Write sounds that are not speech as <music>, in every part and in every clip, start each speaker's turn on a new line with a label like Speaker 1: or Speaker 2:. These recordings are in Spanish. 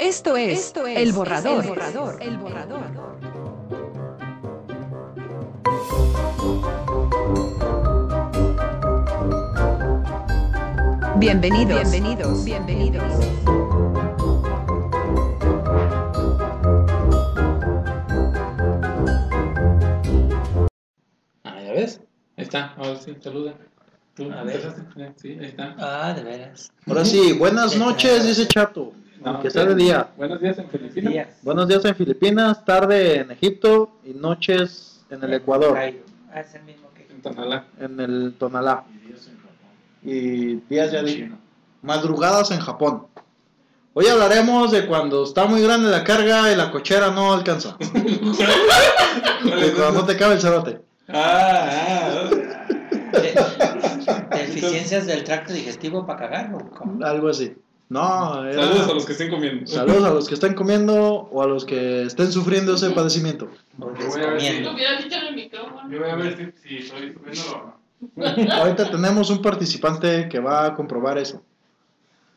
Speaker 1: Esto es,
Speaker 2: Esto es
Speaker 1: el, borrador.
Speaker 2: El borrador.
Speaker 1: El borrador. Bienvenidos. Bienvenidos. Bienvenidos.
Speaker 3: Ah, ya ves. Ahí está. Ahora Ah, sí, saluda. ¿Tú
Speaker 4: A ver.
Speaker 3: empezaste? Sí, ahí está.
Speaker 4: Ah, de veras.
Speaker 5: Ahora sí, buenas noches, dice Chato. Aunque sea de día.
Speaker 3: Buenos días en Filipinas.
Speaker 4: Días.
Speaker 5: Buenos días en Filipinas, tarde en Egipto y noches en el Ecuador,
Speaker 4: Ay, ah, es el mismo que.
Speaker 3: En
Speaker 5: <laughs>
Speaker 3: Tonalá.
Speaker 5: en el Tonalá. Y días ya dije. Madrugadas en Japón. Hoy hablaremos de cuando está muy grande la carga y la cochera
Speaker 3: <laughs>
Speaker 5: no alcanza. De cuando no te cabe el cerote.
Speaker 3: Ah, ah.
Speaker 4: de- Deficiencias del tracto digestivo para cagarlo. ¿cómo?
Speaker 5: Algo así. No, era-
Speaker 3: Saludos a los que estén comiendo.
Speaker 5: Saludos a los que están comiendo o a los que estén sufriendo
Speaker 3: <laughs>
Speaker 5: ese padecimiento.
Speaker 3: Yo voy a
Speaker 4: O
Speaker 3: ver si-
Speaker 4: descomiendo.
Speaker 6: hubieras dicho en el micrófono.
Speaker 3: Yo voy a ver si, si estoy subiendo o no.
Speaker 5: Ahorita tenemos un participante que va a comprobar eso.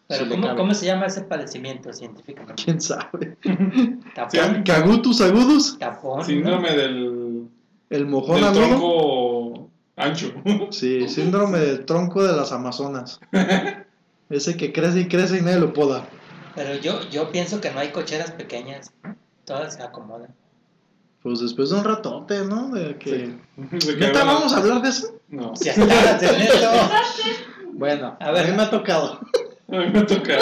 Speaker 4: Pero
Speaker 5: Si le
Speaker 4: ¿cómo,
Speaker 5: cabe.
Speaker 4: ¿cómo se llama ese padecimiento científicamente?
Speaker 5: ¿Quién sabe?
Speaker 4: Tapón.
Speaker 5: ¿Cagutus agudos?
Speaker 4: Tapón.
Speaker 3: ah, Síndrome del,
Speaker 5: ¿El mojón
Speaker 3: del
Speaker 5: amigo?
Speaker 3: tronco ancho. <laughs>
Speaker 5: Sí, síndrome del tronco de las Amazonas. Ese que crece y crece y nadie lo poda.
Speaker 4: Pero yo, yo pienso que no hay cocheras pequeñas. Todas se acomodan.
Speaker 5: Pues después de un ratote, ¿no? De que...
Speaker 3: Se
Speaker 5: ¿Neta
Speaker 3: quedaron-
Speaker 5: vamos a hablar de eso?
Speaker 3: No.
Speaker 4: Si estabas en esto.
Speaker 5: Bueno,
Speaker 4: A ver.
Speaker 5: a mí me ha tocado.
Speaker 3: <laughs> A mí me toca.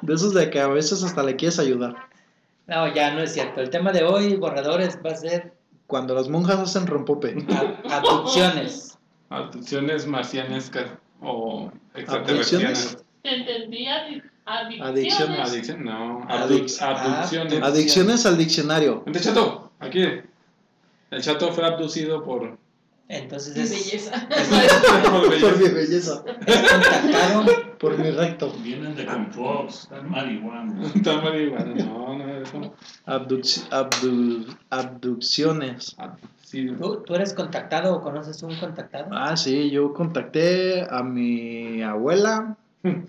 Speaker 5: De esos de que a veces hasta le quieres ayudar.
Speaker 4: <laughs> No, ya no es cierto. El tema de hoy, borradores, va a ser
Speaker 5: Cuando las monjas hacen rompope.
Speaker 4: a- abducciones.
Speaker 3: Abducciones marcianescas o extraterrestres.
Speaker 5: ¿Abducciones?
Speaker 6: Te entendía di- adicciones.
Speaker 5: Adicción,
Speaker 3: Adicción, no.
Speaker 5: Adic-
Speaker 3: Abdu- abducciones.
Speaker 5: Adicciones al diccionario.
Speaker 3: Vente, chato, aquí. El chato fue abducido por.
Speaker 5: <laughs>
Speaker 4: Entonces
Speaker 6: Y
Speaker 4: es,
Speaker 6: belleza.
Speaker 3: por
Speaker 5: Por mi
Speaker 3: belleza.
Speaker 5: belleza.
Speaker 4: es contactado.
Speaker 5: Por mi recto.
Speaker 7: Vienen de Controx, están marihuanos.
Speaker 3: Está marihuana, no, no, eso.
Speaker 5: Abduc- abdu- abducciones.
Speaker 3: Abducido.
Speaker 4: ¿Tú, tú eres contactado o conoces un contactado?
Speaker 5: Ah, sí, yo contacté a mi abuela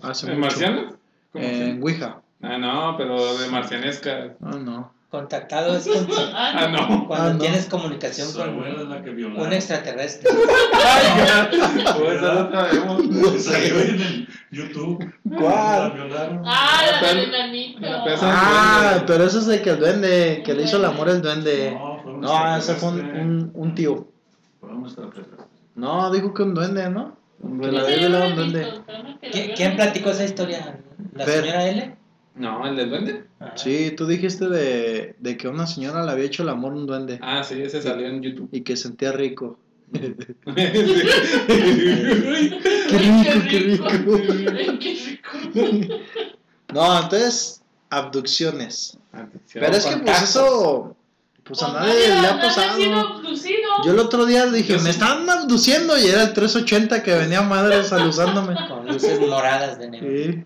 Speaker 5: hace
Speaker 3: ¿En
Speaker 5: mucho. Eh,
Speaker 3: marcianas? ¿Cómo
Speaker 5: En
Speaker 3: se-
Speaker 5: Ouija.
Speaker 3: Ah, no, pero de marcianesca.
Speaker 5: Ah, no.
Speaker 4: Contactado es con-
Speaker 3: Ah,
Speaker 6: Ah,
Speaker 3: no.
Speaker 5: <laughs>
Speaker 4: cuando
Speaker 5: Ah, no.
Speaker 4: tienes comunicación
Speaker 7: Su
Speaker 4: con
Speaker 7: abuela es la que violó.
Speaker 4: un
Speaker 7: <laughs>
Speaker 4: extraterrestre.
Speaker 5: <laughs>
Speaker 3: Ay, ya. Pues ya lo sabemos.
Speaker 7: Salió en el YouTube.
Speaker 5: ¿Cuál?
Speaker 7: La violaron.
Speaker 6: Ah, la
Speaker 3: Pero-
Speaker 6: del enanito.
Speaker 3: la pesa-
Speaker 5: Ah,
Speaker 3: duende.
Speaker 5: pero ese es el que el duende, que le hizo el amor el duende.
Speaker 7: fue un
Speaker 5: No, ese fue un,
Speaker 7: extraterrestre.
Speaker 5: un- un tío.
Speaker 7: Fue un extraterrestre.
Speaker 5: No, dijo que un duende, ¿no? Me la
Speaker 6: Ese
Speaker 5: había
Speaker 6: yo
Speaker 5: violado
Speaker 6: lo
Speaker 5: un
Speaker 6: he visto,
Speaker 5: duende.
Speaker 6: espérame que lo
Speaker 4: ¿Qui-
Speaker 6: veo.
Speaker 4: ¿Quién platicó esa historia? ¿La
Speaker 5: Fer.
Speaker 4: señora L?
Speaker 3: No, el del duende.
Speaker 4: Ah,
Speaker 5: Sí, tú dijiste de, de que una señora le había hecho el amor a un duende
Speaker 3: Ah, sí, ese salió en
Speaker 5: <laughs>
Speaker 3: YouTube.
Speaker 5: y que sentía rico. <laughs>
Speaker 3: Sí.
Speaker 5: Qué rico, qué rico.
Speaker 6: Ay, qué rico.
Speaker 5: No, entonces, abducciones.
Speaker 3: Abducción.
Speaker 5: Pero es que pues
Speaker 4: contactos.
Speaker 5: eso, pues a nadie le ha
Speaker 6: Andaba siendo
Speaker 5: pasado.
Speaker 6: abducido.
Speaker 5: Yo el otro día dije,
Speaker 3: Yo sí.
Speaker 5: me están abduciendo y era el 380 que venía madres alusándome.
Speaker 4: Con luces moradas de negro.
Speaker 5: Y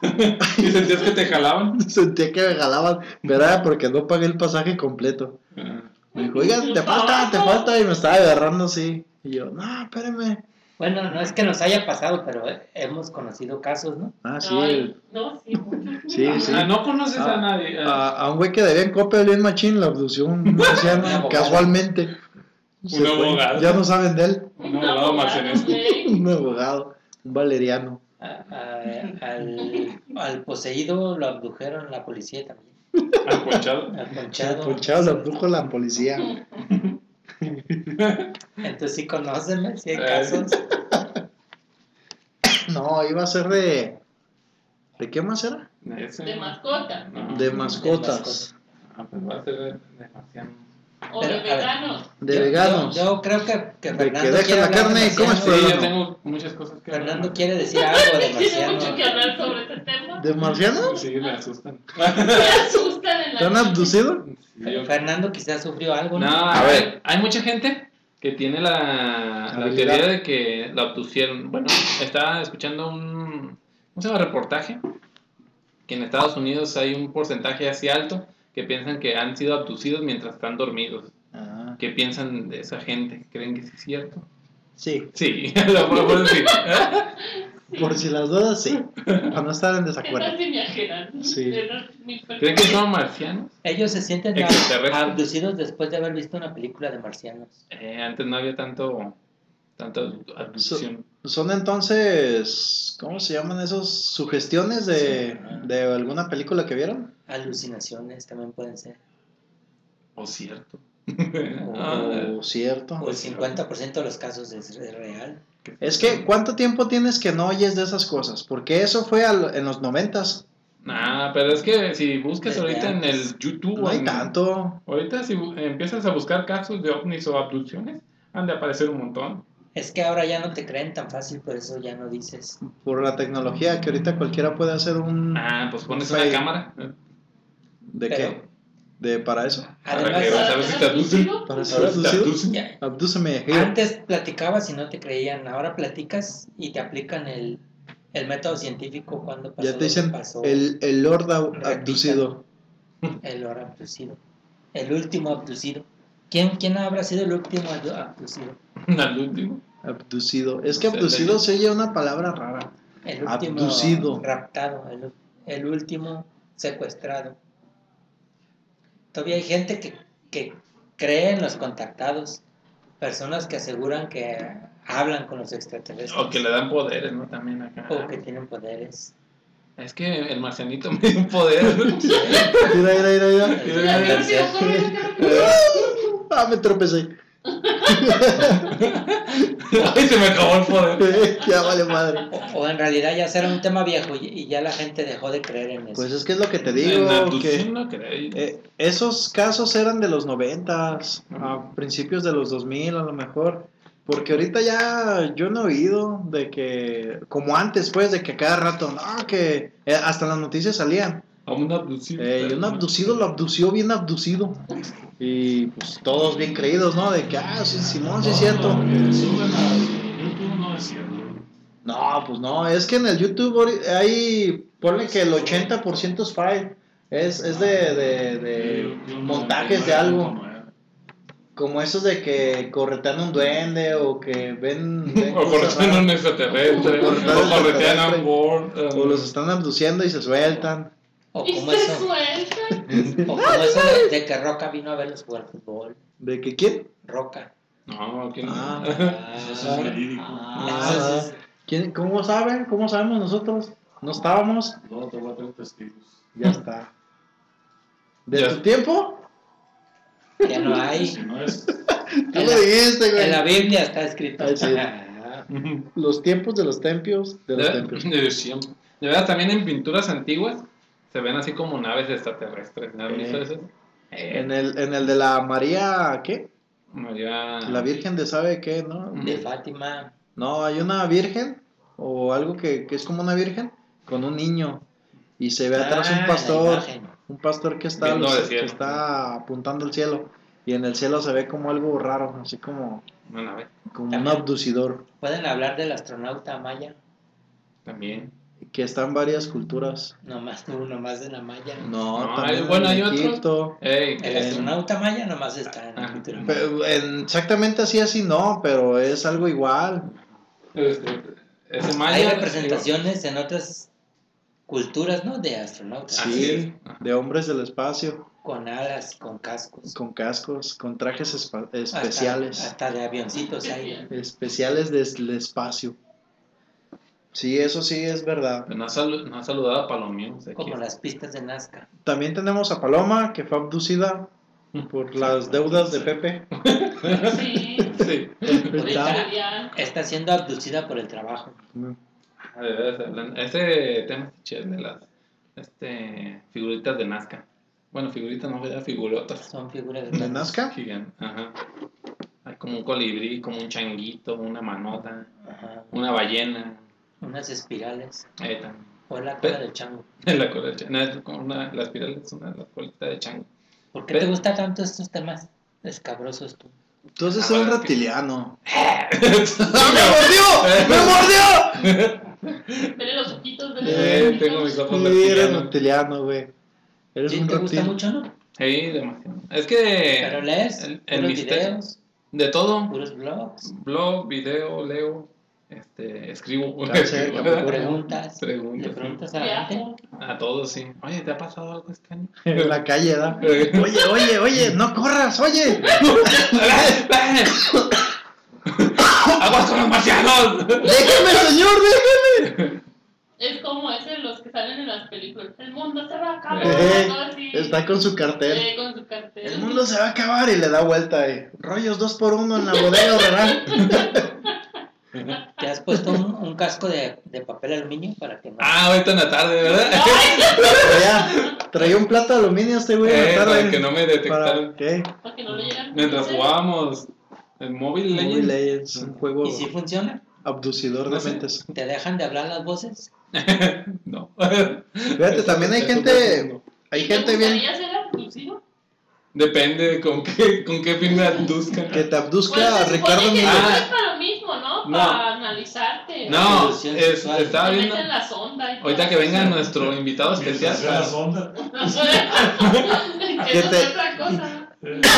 Speaker 3: <laughs> ¿Y sentías que te jalaban?
Speaker 5: <laughs> sentía que me jalaban, ¿verdad? Porque no pagué el pasaje completo.
Speaker 3: Ah.
Speaker 5: Me dijo, oiga, te falta, te falta, y me estaba agarrando así. Y yo, no, espérame.
Speaker 4: Bueno, no es que nos haya pasado, pero eh, hemos conocido casos, ¿no?
Speaker 5: Ah, sí.
Speaker 6: Ay, no, sí.
Speaker 5: Sí, sí.
Speaker 3: Ah, no conoces a nadie. Ah,
Speaker 5: A, a un güey que debía en copia bien machín
Speaker 3: <laughs>
Speaker 5: la abducción, no sé,
Speaker 4: abogado.
Speaker 5: casualmente. Se fue.
Speaker 3: abogado.
Speaker 5: Ya no saben de él. <laughs>
Speaker 3: Un abogado marcianesco.
Speaker 6: güey.
Speaker 5: Un abogado, un valeriano.
Speaker 4: A- a- al, al poseído lo abdujeron la policía también.
Speaker 3: al ponchado.
Speaker 4: Al ponchado.
Speaker 5: Ponchado lo abdujo la policía.
Speaker 4: Entonces sí conóceme, si hay
Speaker 3: Eh.
Speaker 4: casos.
Speaker 5: No, iba a ser de. ¿De qué más era?
Speaker 3: Ese.
Speaker 6: De mascota.
Speaker 3: No.
Speaker 5: De
Speaker 4: mascotas.
Speaker 5: mascotas.
Speaker 3: Ah, pues va a ser demasiado.
Speaker 6: O
Speaker 4: Pero,
Speaker 6: de
Speaker 4: a ver.
Speaker 6: veganos.
Speaker 5: De
Speaker 4: Yo-
Speaker 5: veganos.
Speaker 4: Yo, yo creo que, que
Speaker 5: De que
Speaker 4: Fernando
Speaker 5: deja
Speaker 4: quiere
Speaker 5: la
Speaker 4: hablar
Speaker 5: carne y
Speaker 4: demasiado.
Speaker 5: comes
Speaker 3: Sí,
Speaker 5: Pero
Speaker 3: yo
Speaker 5: no.
Speaker 3: tengo muchas cosas que
Speaker 4: Fernando
Speaker 3: hablar.
Speaker 4: quiere decir algo de
Speaker 6: Tiene mucho que
Speaker 4: marciano.
Speaker 6: hablar sobre este tema.
Speaker 5: ¿De marcianos?
Speaker 3: Sí, me asustan.
Speaker 6: Me asustan en la
Speaker 5: ¿Te han abducido?
Speaker 3: Sí, yo-
Speaker 4: Fernando quizás sufrió algo.
Speaker 3: No,
Speaker 4: ¿no?
Speaker 3: a ver, hay mucha gente que tiene la, la
Speaker 5: Habilidad.
Speaker 3: teoría de que la obtuvieron. Bueno, estaba escuchando un ¿cómo se llama? reportaje que en Estados Unidos hay un porcentaje así alto que piensan que han sido abducidos mientras están dormidos.
Speaker 5: Ah,
Speaker 3: ¿Qué piensan de esa gente? ¿Creen que sí <laughs> es cierto?
Speaker 5: sí.
Speaker 3: ¿Eh? Sí, lo puedo decir.
Speaker 6: Sí,
Speaker 5: Por si las dudas, sí. Para no estar en
Speaker 6: ¿Qué tal
Speaker 5: desacuerdo.
Speaker 6: si viajeran?
Speaker 5: Sí.
Speaker 6: De los mil
Speaker 3: ¿Creen que
Speaker 6: personas.
Speaker 3: son marcianos?
Speaker 4: Ellos se sienten
Speaker 3: Extraterrestres.
Speaker 4: abducidos después de haber visto una película de marcianos.
Speaker 3: Eh, antes no había tanto tanta
Speaker 5: Mm.
Speaker 3: abducción.
Speaker 5: Son entonces, ¿cómo se llaman esos? ¿Sugestiones de, de alguna película que vieron?
Speaker 4: Alucinaciones también pueden ser.
Speaker 3: O cierto.
Speaker 5: Oh.
Speaker 3: <laughs>
Speaker 5: O
Speaker 3: Ah,
Speaker 5: cierto.
Speaker 4: O el 50% de los casos es es real.
Speaker 5: Es que, ¿cuánto tiempo tienes que no oyes de esas cosas? Porque eso fue al- en los noventas.
Speaker 3: Nah, pero es que si buscas
Speaker 4: Desde
Speaker 3: ahorita en
Speaker 4: antes.
Speaker 3: el YouTube.
Speaker 5: No hay
Speaker 3: en-
Speaker 5: tanto.
Speaker 3: Ahorita si bu- empiezas a buscar casos de ovnis o abducciones, han de aparecer un montón.
Speaker 4: Es que ahora ya no te creen tan fácil, por eso ya no dices.
Speaker 5: Por la tecnología, que ahorita cualquiera puede hacer un...
Speaker 3: Ah, pues pones
Speaker 5: Mm. Sí.
Speaker 3: una cámara. <laughs>
Speaker 5: ¿De
Speaker 4: Pero-
Speaker 5: qué? ¿De para eso?
Speaker 3: Para que veas
Speaker 4: Además,
Speaker 3: a ver si te abducen.
Speaker 5: ¿Para ser
Speaker 3: Ahora si te
Speaker 5: abducido?
Speaker 3: abducen.
Speaker 4: ya-
Speaker 5: Abdúceme. here.
Speaker 4: antes platicabas y no te creían, ahora platicas y te aplican el, el método científico cuando pasó.
Speaker 5: Ya
Speaker 4: lo
Speaker 5: te
Speaker 4: que
Speaker 5: dicen
Speaker 4: pasó,
Speaker 5: el, el Lord au-
Speaker 4: Repita.
Speaker 5: abducido.
Speaker 4: el ahora abducido. El último abducido. ¿Quién, quién habrá sido el último abdu- abducido?
Speaker 3: Al último.
Speaker 5: Abducido. Es que
Speaker 3: Sí,
Speaker 5: abducido
Speaker 3: sí.
Speaker 5: se oye una palabra rara.
Speaker 4: El último
Speaker 5: Abducido.
Speaker 4: raptado, el, el último secuestrado. Todavía hay gente que, que cree en los contactados, personas que aseguran que hablan con los extraterrestres
Speaker 3: O que le dan poderes, ¿no? También acá.
Speaker 4: o que tienen poderes.
Speaker 3: Es que el marcianito <laughs> me dio un
Speaker 5: <laughs>
Speaker 3: poder.
Speaker 5: Mira, mira, mira, mira.
Speaker 4: <laughs> El
Speaker 6: Ya,
Speaker 4: gran
Speaker 6: rápido,
Speaker 4: ser.
Speaker 6: corre, corre, corre.
Speaker 5: Ah, me tropecé. <laughs>
Speaker 3: Ay, se me acabó el poder.
Speaker 5: ya vale madre.
Speaker 4: O, o en realidad ya será un tema viejo y, y ya la gente dejó de creer en eso.
Speaker 5: Pues es que es lo que te
Speaker 3: en
Speaker 5: digo.
Speaker 3: la
Speaker 5: que
Speaker 3: abducción no creí.
Speaker 5: eh, esos casos eran de los noventas,
Speaker 3: Ajá.
Speaker 5: a principios de los 2000 a lo mejor. Porque ahorita ya yo no he oído de que, como antes, pues, de que cada rato, no, que eh, hasta en las noticias salían.
Speaker 3: A un abducido.
Speaker 5: Eh, y un abducido lo abdució bien abducido. Y pues todos bien creídos, ¿no? De que, ah, sí, Simón, sí es cierto.
Speaker 7: Lo que suben a YouTube no es cierto.
Speaker 5: No, pues no, es que en el YouTube ori- hay, ponle que el 80% es file, es, es de, de- de
Speaker 7: Yo- yo no-
Speaker 5: montajes de
Speaker 7: no
Speaker 5: algo,
Speaker 7: como era.
Speaker 5: como esos de que corretean un duende o que
Speaker 3: <laughs>
Speaker 5: ven... ven
Speaker 3: O
Speaker 5: cosas
Speaker 3: corretean a un
Speaker 5: raras,
Speaker 3: extraterrestre.
Speaker 5: O corretean
Speaker 3: O corretean a
Speaker 5: extraterrestre.
Speaker 3: un board.
Speaker 5: o los están abduciendo y se
Speaker 3: <laughs>
Speaker 5: sueltan.
Speaker 4: O
Speaker 6: Y
Speaker 4: como
Speaker 6: se Ah,
Speaker 4: eso,
Speaker 6: suelta.
Speaker 4: o como eso de, de que Roca vino a verlos jugar fútbol.
Speaker 5: ¿De que quién?
Speaker 4: Roca.
Speaker 3: No, ¿quién? <laughs>
Speaker 5: Ah.
Speaker 7: <laughs> Eso es verídico.
Speaker 5: Ah,
Speaker 4: Entonces,
Speaker 5: ¿quién- ¿Cómo saben? ¿Cómo sabemos nosotros? No estábamos,
Speaker 7: No, te voy a traer testigos.
Speaker 5: ya está. ¿De
Speaker 3: Ya.
Speaker 5: tu tiempo?
Speaker 4: ya no hay.
Speaker 7: Si
Speaker 5: <laughs>
Speaker 7: no es,
Speaker 5: Tú
Speaker 4: En
Speaker 5: lo
Speaker 4: la-
Speaker 5: dijiste,
Speaker 4: En
Speaker 5: güey.
Speaker 4: la Biblia está escrito.
Speaker 5: Ay, sí.
Speaker 4: Ah,
Speaker 5: Los tiempos de los tempios, de los
Speaker 3: De-
Speaker 5: tempios.
Speaker 3: de siempre. De verdad, también en pinturas antiguas se ven así como naves extraterrestres. ¿No han
Speaker 5: Eh.
Speaker 3: visto eso?
Speaker 5: En el, en el de la María, ¿qué?
Speaker 3: María.
Speaker 5: La Virgen de sabe qué, ¿no?
Speaker 3: Mm.
Speaker 4: de Fátima.
Speaker 5: No, hay una Virgen o algo que, que es como una Virgen con un niño y se ve atrás
Speaker 4: Ah,
Speaker 5: un
Speaker 4: la
Speaker 5: pastor,
Speaker 4: imagen.
Speaker 5: un pastor que está,
Speaker 3: Viendo
Speaker 5: al-
Speaker 3: al
Speaker 5: que
Speaker 3: cielo.
Speaker 5: está apuntando al cielo y en el cielo se ve como algo raro, así como,
Speaker 3: Una nave.
Speaker 5: como un
Speaker 4: También.
Speaker 5: abducidor
Speaker 4: Pueden hablar del astronauta maya.
Speaker 3: También.
Speaker 5: que está en varias culturas.
Speaker 4: Nomás tú, nomás de la maya.
Speaker 5: No,
Speaker 3: No,
Speaker 5: también
Speaker 3: hay- bueno,
Speaker 5: en
Speaker 3: hay otros.
Speaker 5: Egipto.
Speaker 3: Ey,
Speaker 4: El
Speaker 3: que-
Speaker 4: astronauta maya nomás está en la
Speaker 3: Ajá.
Speaker 4: cultura maya.
Speaker 5: ah, Pero, en- exactamente así, así no, pero es algo igual.
Speaker 3: este, ese maya-
Speaker 4: Hay representaciones en otras culturas, ¿no? De astronautas.
Speaker 3: Así
Speaker 5: Sí,
Speaker 3: es. Ajá.
Speaker 5: de hombres del espacio.
Speaker 4: Con alas, con cascos.
Speaker 5: Con cascos, con trajes espa-
Speaker 4: Hasta-
Speaker 5: especiales.
Speaker 4: Hasta, de avioncitos hay.
Speaker 5: Especiales del espacio. Sí, eso sí es verdad.
Speaker 3: No ha, salu- no ha saludado a Palomino. sé
Speaker 4: Como
Speaker 3: quién.
Speaker 4: las pistas de Nazca.
Speaker 5: También tenemos a Paloma, que fue abducida por las deudas de Pepe.
Speaker 6: Sí.
Speaker 3: Sí.
Speaker 4: Ahorita
Speaker 6: Italiano.
Speaker 4: está siendo abducida por el trabajo.
Speaker 3: Ah, de veras, hablan- Ese este tema está chido de las este, figuritas de Nazca. Bueno, figuritas no, ya figurotas.
Speaker 4: Son figuras
Speaker 5: ¿De Nazca?
Speaker 3: Gigan- Ajá. Hay como un colibrí, como un changuito, una manota,
Speaker 4: Ajá.
Speaker 3: una ballena.
Speaker 4: Unas espirales.
Speaker 3: Ahí también.
Speaker 4: O la cola del chango.
Speaker 3: <laughs> La cola de chango. No, es como una, la espiral es una la colita de chango. <laughs>
Speaker 4: ¿Por qué
Speaker 3: Pero-
Speaker 4: te gustan tanto estos temas escabrosos tú?
Speaker 5: Entonces
Speaker 3: Ah,
Speaker 5: es un
Speaker 3: bueno, es que-
Speaker 5: reptiliano. <laughs> ¡Ah, ¡Me mordió!
Speaker 6: Vele los ojitos de
Speaker 5: Eh,
Speaker 6: los
Speaker 3: tengo
Speaker 6: ojitos.
Speaker 3: mis ojos
Speaker 5: ¡Me mordió! Sí, eres
Speaker 3: reptilianos.
Speaker 5: reptiliano, güey. Eres
Speaker 4: ¿Sí
Speaker 5: un
Speaker 4: ¿Te gusta
Speaker 5: reptil.
Speaker 4: mucho, no?
Speaker 3: Sí, demasiado. Es
Speaker 4: Pero
Speaker 3: que
Speaker 4: lees
Speaker 3: el- el
Speaker 4: puros
Speaker 3: misterio.
Speaker 4: videos,
Speaker 3: de todo,
Speaker 4: puros blogs.
Speaker 3: blog, video, leo, este, escribo.
Speaker 5: Ya sé,
Speaker 3: <laughs>
Speaker 5: ya me ocurre.
Speaker 4: Preguntas. Le
Speaker 3: Preguntas.
Speaker 4: preguntas a la gente.
Speaker 6: Viajo.
Speaker 3: A todos, sí. Oye, ¿te ha pasado algo este año?
Speaker 5: En la calle, <laughs> ¿da? Oye, oye, oye, no corras, oye.
Speaker 3: ¡Aguas con los marcianos!
Speaker 5: Déjeme, señor, déjeme.
Speaker 6: Es como ese de los que salen en las películas. El mundo se va a acabar.
Speaker 5: Eh,
Speaker 6: algo así.
Speaker 5: está con su cartel.
Speaker 6: Eh, con su cartel.
Speaker 5: El mundo
Speaker 6: <laughs>
Speaker 5: se va a acabar y le da vuelta. Eh. Rollos dos por uno en la bodega, ¿verdad?
Speaker 4: ¿Te has puesto un, un casco de, de papel aluminio para que no?
Speaker 3: Ah, ahorita en la tarde, ¿verdad?
Speaker 5: Traía, traía un plato de aluminio este güey. en la
Speaker 3: Eh,
Speaker 5: tarde.
Speaker 3: para que no me
Speaker 5: Para-
Speaker 3: detectaran.
Speaker 5: ¿Qué?
Speaker 6: Para que no le llegan.
Speaker 3: Mientras jugábamos el móvil
Speaker 5: Muy
Speaker 3: Legends.
Speaker 5: Legends, un juego
Speaker 4: ¿Y si funciona?
Speaker 5: abducidor
Speaker 3: No
Speaker 5: de
Speaker 3: sé.
Speaker 5: mentes.
Speaker 4: ¿Te dejan de hablar las voces?
Speaker 3: No.
Speaker 5: Fíjate, también hay
Speaker 7: Eso
Speaker 5: gente, hay
Speaker 6: ¿Y te
Speaker 5: gente bien
Speaker 6: gustaría ser abducido?
Speaker 3: Depende de con qué, con qué fin me aduzcan.
Speaker 5: que te
Speaker 6: Pues
Speaker 5: abduzca
Speaker 6: se
Speaker 5: a
Speaker 6: supone
Speaker 5: Ricardo
Speaker 6: que
Speaker 5: Miguel.
Speaker 6: no
Speaker 3: Ah.
Speaker 6: es para lo mismo, ¿no?
Speaker 3: No.
Speaker 6: Para analizarte.
Speaker 3: No,
Speaker 4: Evolución
Speaker 3: es-
Speaker 4: sexual.
Speaker 3: estaba
Speaker 6: Te
Speaker 3: viendo.
Speaker 6: meten la sonda. y
Speaker 3: Ahorita que
Speaker 6: todo.
Speaker 3: venga nuestro invitado especial.
Speaker 7: Mientras sea la sonda.
Speaker 6: <laughs> que
Speaker 5: Que
Speaker 6: no
Speaker 5: te-
Speaker 6: es otra
Speaker 7: <laughs>
Speaker 6: cosa.
Speaker 7: Eh,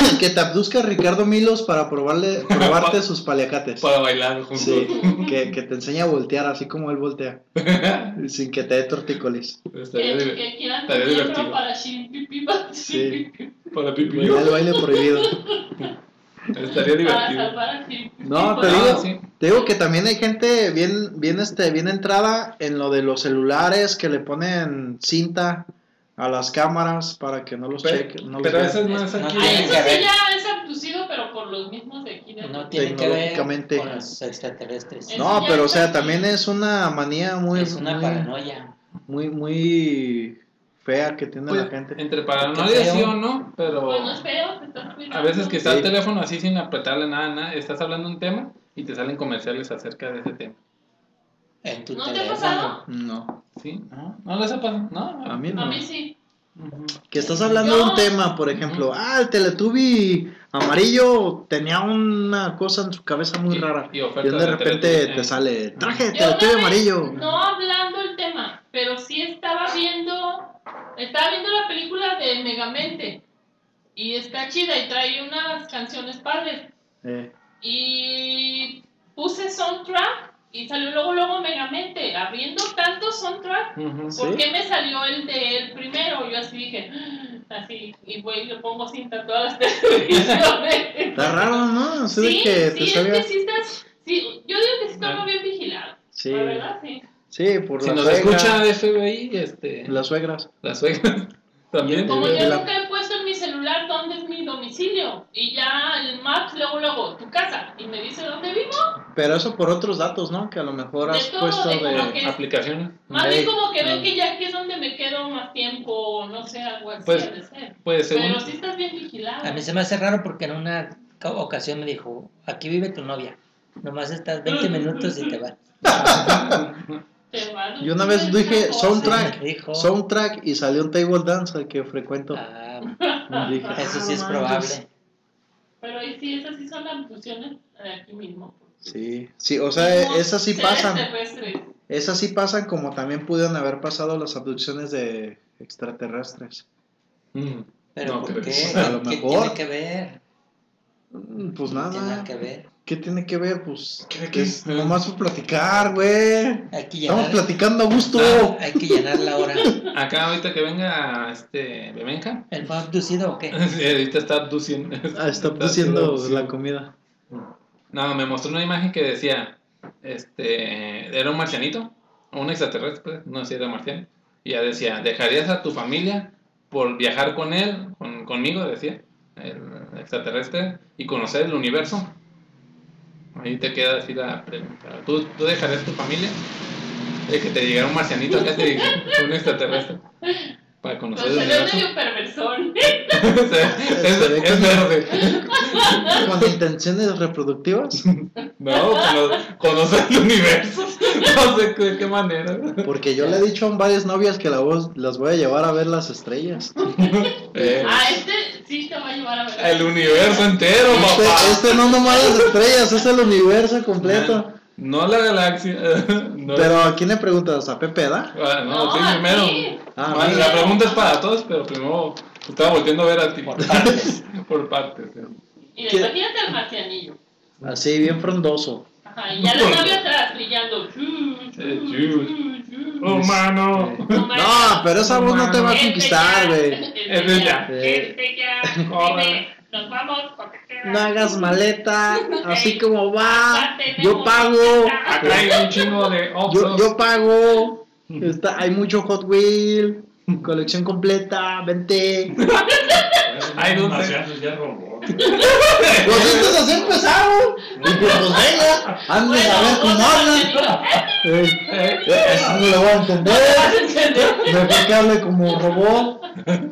Speaker 5: <laughs> Que te abduzca a Ricardo Milos para
Speaker 3: <laughs>
Speaker 5: probarle, probarte sus paliacates.
Speaker 3: Para bailar juntos.
Speaker 5: Sí,
Speaker 3: <laughs>
Speaker 5: que, que te enseña a voltear así como él voltea. sin que te dé tortícolis.
Speaker 3: Estaría
Speaker 6: Que,
Speaker 3: div-
Speaker 6: que quieran
Speaker 3: estaría
Speaker 6: tenerlo
Speaker 3: divertido.
Speaker 6: para shin pipi, <laughs> para shin
Speaker 5: Sí.
Speaker 6: pipi,
Speaker 3: Para
Speaker 5: Bailar el baile prohibido.
Speaker 3: Estaría
Speaker 6: Para
Speaker 3: divertido.
Speaker 6: salvar a shin pipi. Pues,
Speaker 5: No, te
Speaker 3: Ah,
Speaker 5: digo,
Speaker 3: sí.
Speaker 5: te digo que también hay gente bien, bien, este, bien entrada en lo de los celulares que le ponen cinta a las cámaras para que no los
Speaker 3: Pero,
Speaker 5: chequen. No los
Speaker 3: pero
Speaker 5: vean.
Speaker 3: eso es más
Speaker 4: No,
Speaker 3: aquí.
Speaker 4: no,
Speaker 6: Ah,
Speaker 4: Tienen
Speaker 6: eso
Speaker 4: que ver.
Speaker 6: sí ya es abducido, pero por los mismos de aquí de
Speaker 4: No tiene que
Speaker 5: Tecnológicamente.
Speaker 4: ver con los extraterrestres.
Speaker 6: Eso
Speaker 5: No,
Speaker 6: ya
Speaker 5: pero o
Speaker 6: está
Speaker 5: sea,
Speaker 6: aquí.
Speaker 5: también es una manía muy,
Speaker 4: es una
Speaker 5: muy,
Speaker 4: paranoia.
Speaker 5: muy, muy fea que tiene
Speaker 3: Pues,
Speaker 5: la gente.
Speaker 3: entre
Speaker 4: Qué
Speaker 3: paranoia
Speaker 4: feo.
Speaker 3: sí o no, pero
Speaker 6: Pues no es feo, te estás cuidando.
Speaker 3: a veces que está
Speaker 5: Sí.
Speaker 3: el teléfono así sin apretarle nada, nada, estás hablando un tema y te salen comerciales acerca de ese tema.
Speaker 4: En tu
Speaker 6: ¿No te ha
Speaker 4: teléfono.
Speaker 6: pasado?
Speaker 5: No,
Speaker 3: ¿Sí? ¿No? ¿No les ha pasado? No.
Speaker 5: a mí
Speaker 6: A
Speaker 5: no.
Speaker 6: mí sí.
Speaker 3: Ujú.
Speaker 5: Que estás hablando de un
Speaker 6: No.
Speaker 5: tema, por ejemplo, ah, el Teletubby amarillo tenía una cosa en su cabeza muy
Speaker 3: Y-
Speaker 5: rara.
Speaker 3: y
Speaker 5: Y
Speaker 3: ofertas
Speaker 5: de
Speaker 3: de
Speaker 5: repente
Speaker 3: Teletubby,
Speaker 5: te
Speaker 3: eh.
Speaker 5: sale, traje de
Speaker 6: Yo una
Speaker 5: Teletubby
Speaker 6: vez,
Speaker 5: amarillo.
Speaker 6: No hablando el tema, pero sí estaba viendo, estaba viendo la película de Megamente y está chida y trae unas canciones padres
Speaker 5: Eh,
Speaker 6: y puse soundtrack y salió luego luego Megamente, habiendo tanto soundtrack,
Speaker 3: Ujú.
Speaker 5: Sí.
Speaker 6: ¿por qué me salió el de él primero? Yo así dije, "Ah", así y voy y le pongo cinta a todas las <laughs> televisiones.
Speaker 5: está raro, ¿no? Así de
Speaker 6: Sí,
Speaker 5: que te
Speaker 6: sí, es
Speaker 5: salga-
Speaker 6: que sí estás, sí, yo digo que sí estamos bien vigilados,
Speaker 5: Sí,
Speaker 6: la verdad sí.
Speaker 5: sí, por
Speaker 3: Si
Speaker 5: la
Speaker 3: nos
Speaker 5: suegra,
Speaker 3: escucha FBI, este, la,
Speaker 5: las suegras.
Speaker 3: suegra <laughs> también.
Speaker 6: Como
Speaker 5: de
Speaker 6: yo
Speaker 5: la-
Speaker 6: nunca he puesto en mi celular dónde es mi domicilio y ya el Maps luego luego tu casa y me dice dónde vivo.
Speaker 5: Pero eso por otros datos, ¿no? Que a lo mejor
Speaker 6: De
Speaker 5: has
Speaker 6: todo,
Speaker 5: puesto
Speaker 6: de
Speaker 5: de...
Speaker 6: como que-
Speaker 3: Aplicaciones.
Speaker 6: Más
Speaker 5: Ey,
Speaker 6: bien como que
Speaker 5: no.
Speaker 6: ven que ya aquí es donde me quedo más tiempo, no sé, algo así
Speaker 3: Pues,
Speaker 6: ha de ser.
Speaker 3: Pues según.
Speaker 6: Pero sí estás bien vigilado.
Speaker 4: A mí se me hace raro porque en una ca- ocasión me dijo, aquí vive tu novia. Nomás estás 20
Speaker 6: <laughs>
Speaker 4: minutos y te vas.
Speaker 6: Te van-
Speaker 5: Yo una vez
Speaker 6: te
Speaker 5: dije
Speaker 6: van-
Speaker 5: soundtrack,
Speaker 4: Sí, dijo.
Speaker 5: soundtrack y salió un table dance al que frecuento.
Speaker 4: <laughs> Ah,
Speaker 5: Dije,
Speaker 4: eso sí es
Speaker 5: "Ah,
Speaker 4: probable.
Speaker 6: Pero ahí sí, esas sí son las fusiones de aquí mismo.
Speaker 5: Sí, sí, o sea, esas sí
Speaker 6: Seres
Speaker 5: pasan.
Speaker 6: terrestres.
Speaker 5: Esas sí pasan como también pudieron haber pasado las abducciones de extraterrestres.
Speaker 3: <laughs> Mm.
Speaker 4: Pero
Speaker 3: No,
Speaker 4: ¿por
Speaker 3: pero
Speaker 4: qué?
Speaker 3: eso
Speaker 5: <laughs> a lo
Speaker 4: ¿Qué
Speaker 5: mejor.
Speaker 4: tiene que ver?
Speaker 5: Mm, Pues
Speaker 4: No tiene
Speaker 5: nada.
Speaker 4: nada que ver.
Speaker 5: ¿Qué tiene que ver? Pues
Speaker 3: ¿Qué- qué?
Speaker 5: es nomás por platicar, güey.
Speaker 4: Hay que
Speaker 5: Estamos
Speaker 4: llenar,
Speaker 5: platicando a gusto.
Speaker 4: hay que llenar la hora.
Speaker 3: Acá ahorita que venga este Bebenja.
Speaker 4: ¿El fue abducido o qué?
Speaker 3: Sí, <laughs> ahorita está abduciendo.
Speaker 5: Ah, está
Speaker 3: haciendo
Speaker 5: pusiendo la comida.
Speaker 3: No, me mostró una imagen que decía, este, era un marcianito, o un extraterrestre, pues, no sé si era marciano, y ya decía, ¿dejarías a tu familia por viajar con él, con- conmigo, decía, el extraterrestre, y conocer el universo? Ahí te queda así la pregunta, ¿tú, tú dejarías tu familia? De que te llegara un marcianito acá, te diga, un extraterrestre, para conocer el
Speaker 6: Entonces es
Speaker 3: universo. <laughs>
Speaker 6: medio perversón.
Speaker 3: es, es- es verde.
Speaker 5: Con intenciones reproductivas,
Speaker 3: No, cono- conocer el universo. No sé de qué manera.
Speaker 5: porque yo le he dicho a varias novias que la voz las voy a llevar a ver las estrellas.
Speaker 3: Eh,
Speaker 6: <laughs> Ah, este sí te va a llevar a ver.
Speaker 3: el universo entero,
Speaker 5: Este,
Speaker 3: papá.
Speaker 5: este no nomás las estrellas, es el universo completo.
Speaker 3: No la galaxia. <laughs> No,
Speaker 5: Pero ¿a quién le preguntas? ¿A Pepe, da?
Speaker 3: Ah, no,
Speaker 6: No,
Speaker 3: sí,
Speaker 6: a
Speaker 3: primero.
Speaker 6: ti.
Speaker 5: Ah,
Speaker 3: Bueno,
Speaker 5: sí.
Speaker 3: la pregunta es para todos, pero primero estaba volviendo a ver a ti.
Speaker 4: Por partes.
Speaker 3: <laughs> Por partes. eh.
Speaker 6: Y después fíjate al marcianillo.
Speaker 5: Así, bien frondoso.
Speaker 6: Ajá,
Speaker 5: <laughs>
Speaker 6: y ya la novia atrás brillando. Chu, chu,
Speaker 3: Eh, chu.
Speaker 6: chu, chu.
Speaker 3: Humano.
Speaker 5: <laughs>
Speaker 6: No,
Speaker 5: No, pero esa voz no te va a
Speaker 6: Este
Speaker 5: conquistar,
Speaker 6: ya,
Speaker 5: güey.
Speaker 6: Este ya.
Speaker 5: Sí.
Speaker 6: Este ya. Dime,
Speaker 3: Corre.
Speaker 6: nos vamos porque queda.
Speaker 5: No hagas maleta, así como
Speaker 6: Ya
Speaker 5: va.
Speaker 6: tenemos
Speaker 5: Yo pago.
Speaker 6: esta.
Speaker 3: Acá hay un chingo de
Speaker 5: Yo,
Speaker 3: osos.
Speaker 5: yo pago. Está, hay mucho Hot Wheel. Colección completa, vente.
Speaker 3: Ay, dulce.
Speaker 7: Demasiados eh, ya robó.
Speaker 5: Los estos así empezaron. Y pues, pues venga, ande
Speaker 6: Bueno,
Speaker 5: a ver cómo
Speaker 6: otra
Speaker 5: hablan.
Speaker 6: canción.
Speaker 5: Eh,
Speaker 3: Eh,
Speaker 5: eh, eso no lo voy a entender. Mejor que hable como robot.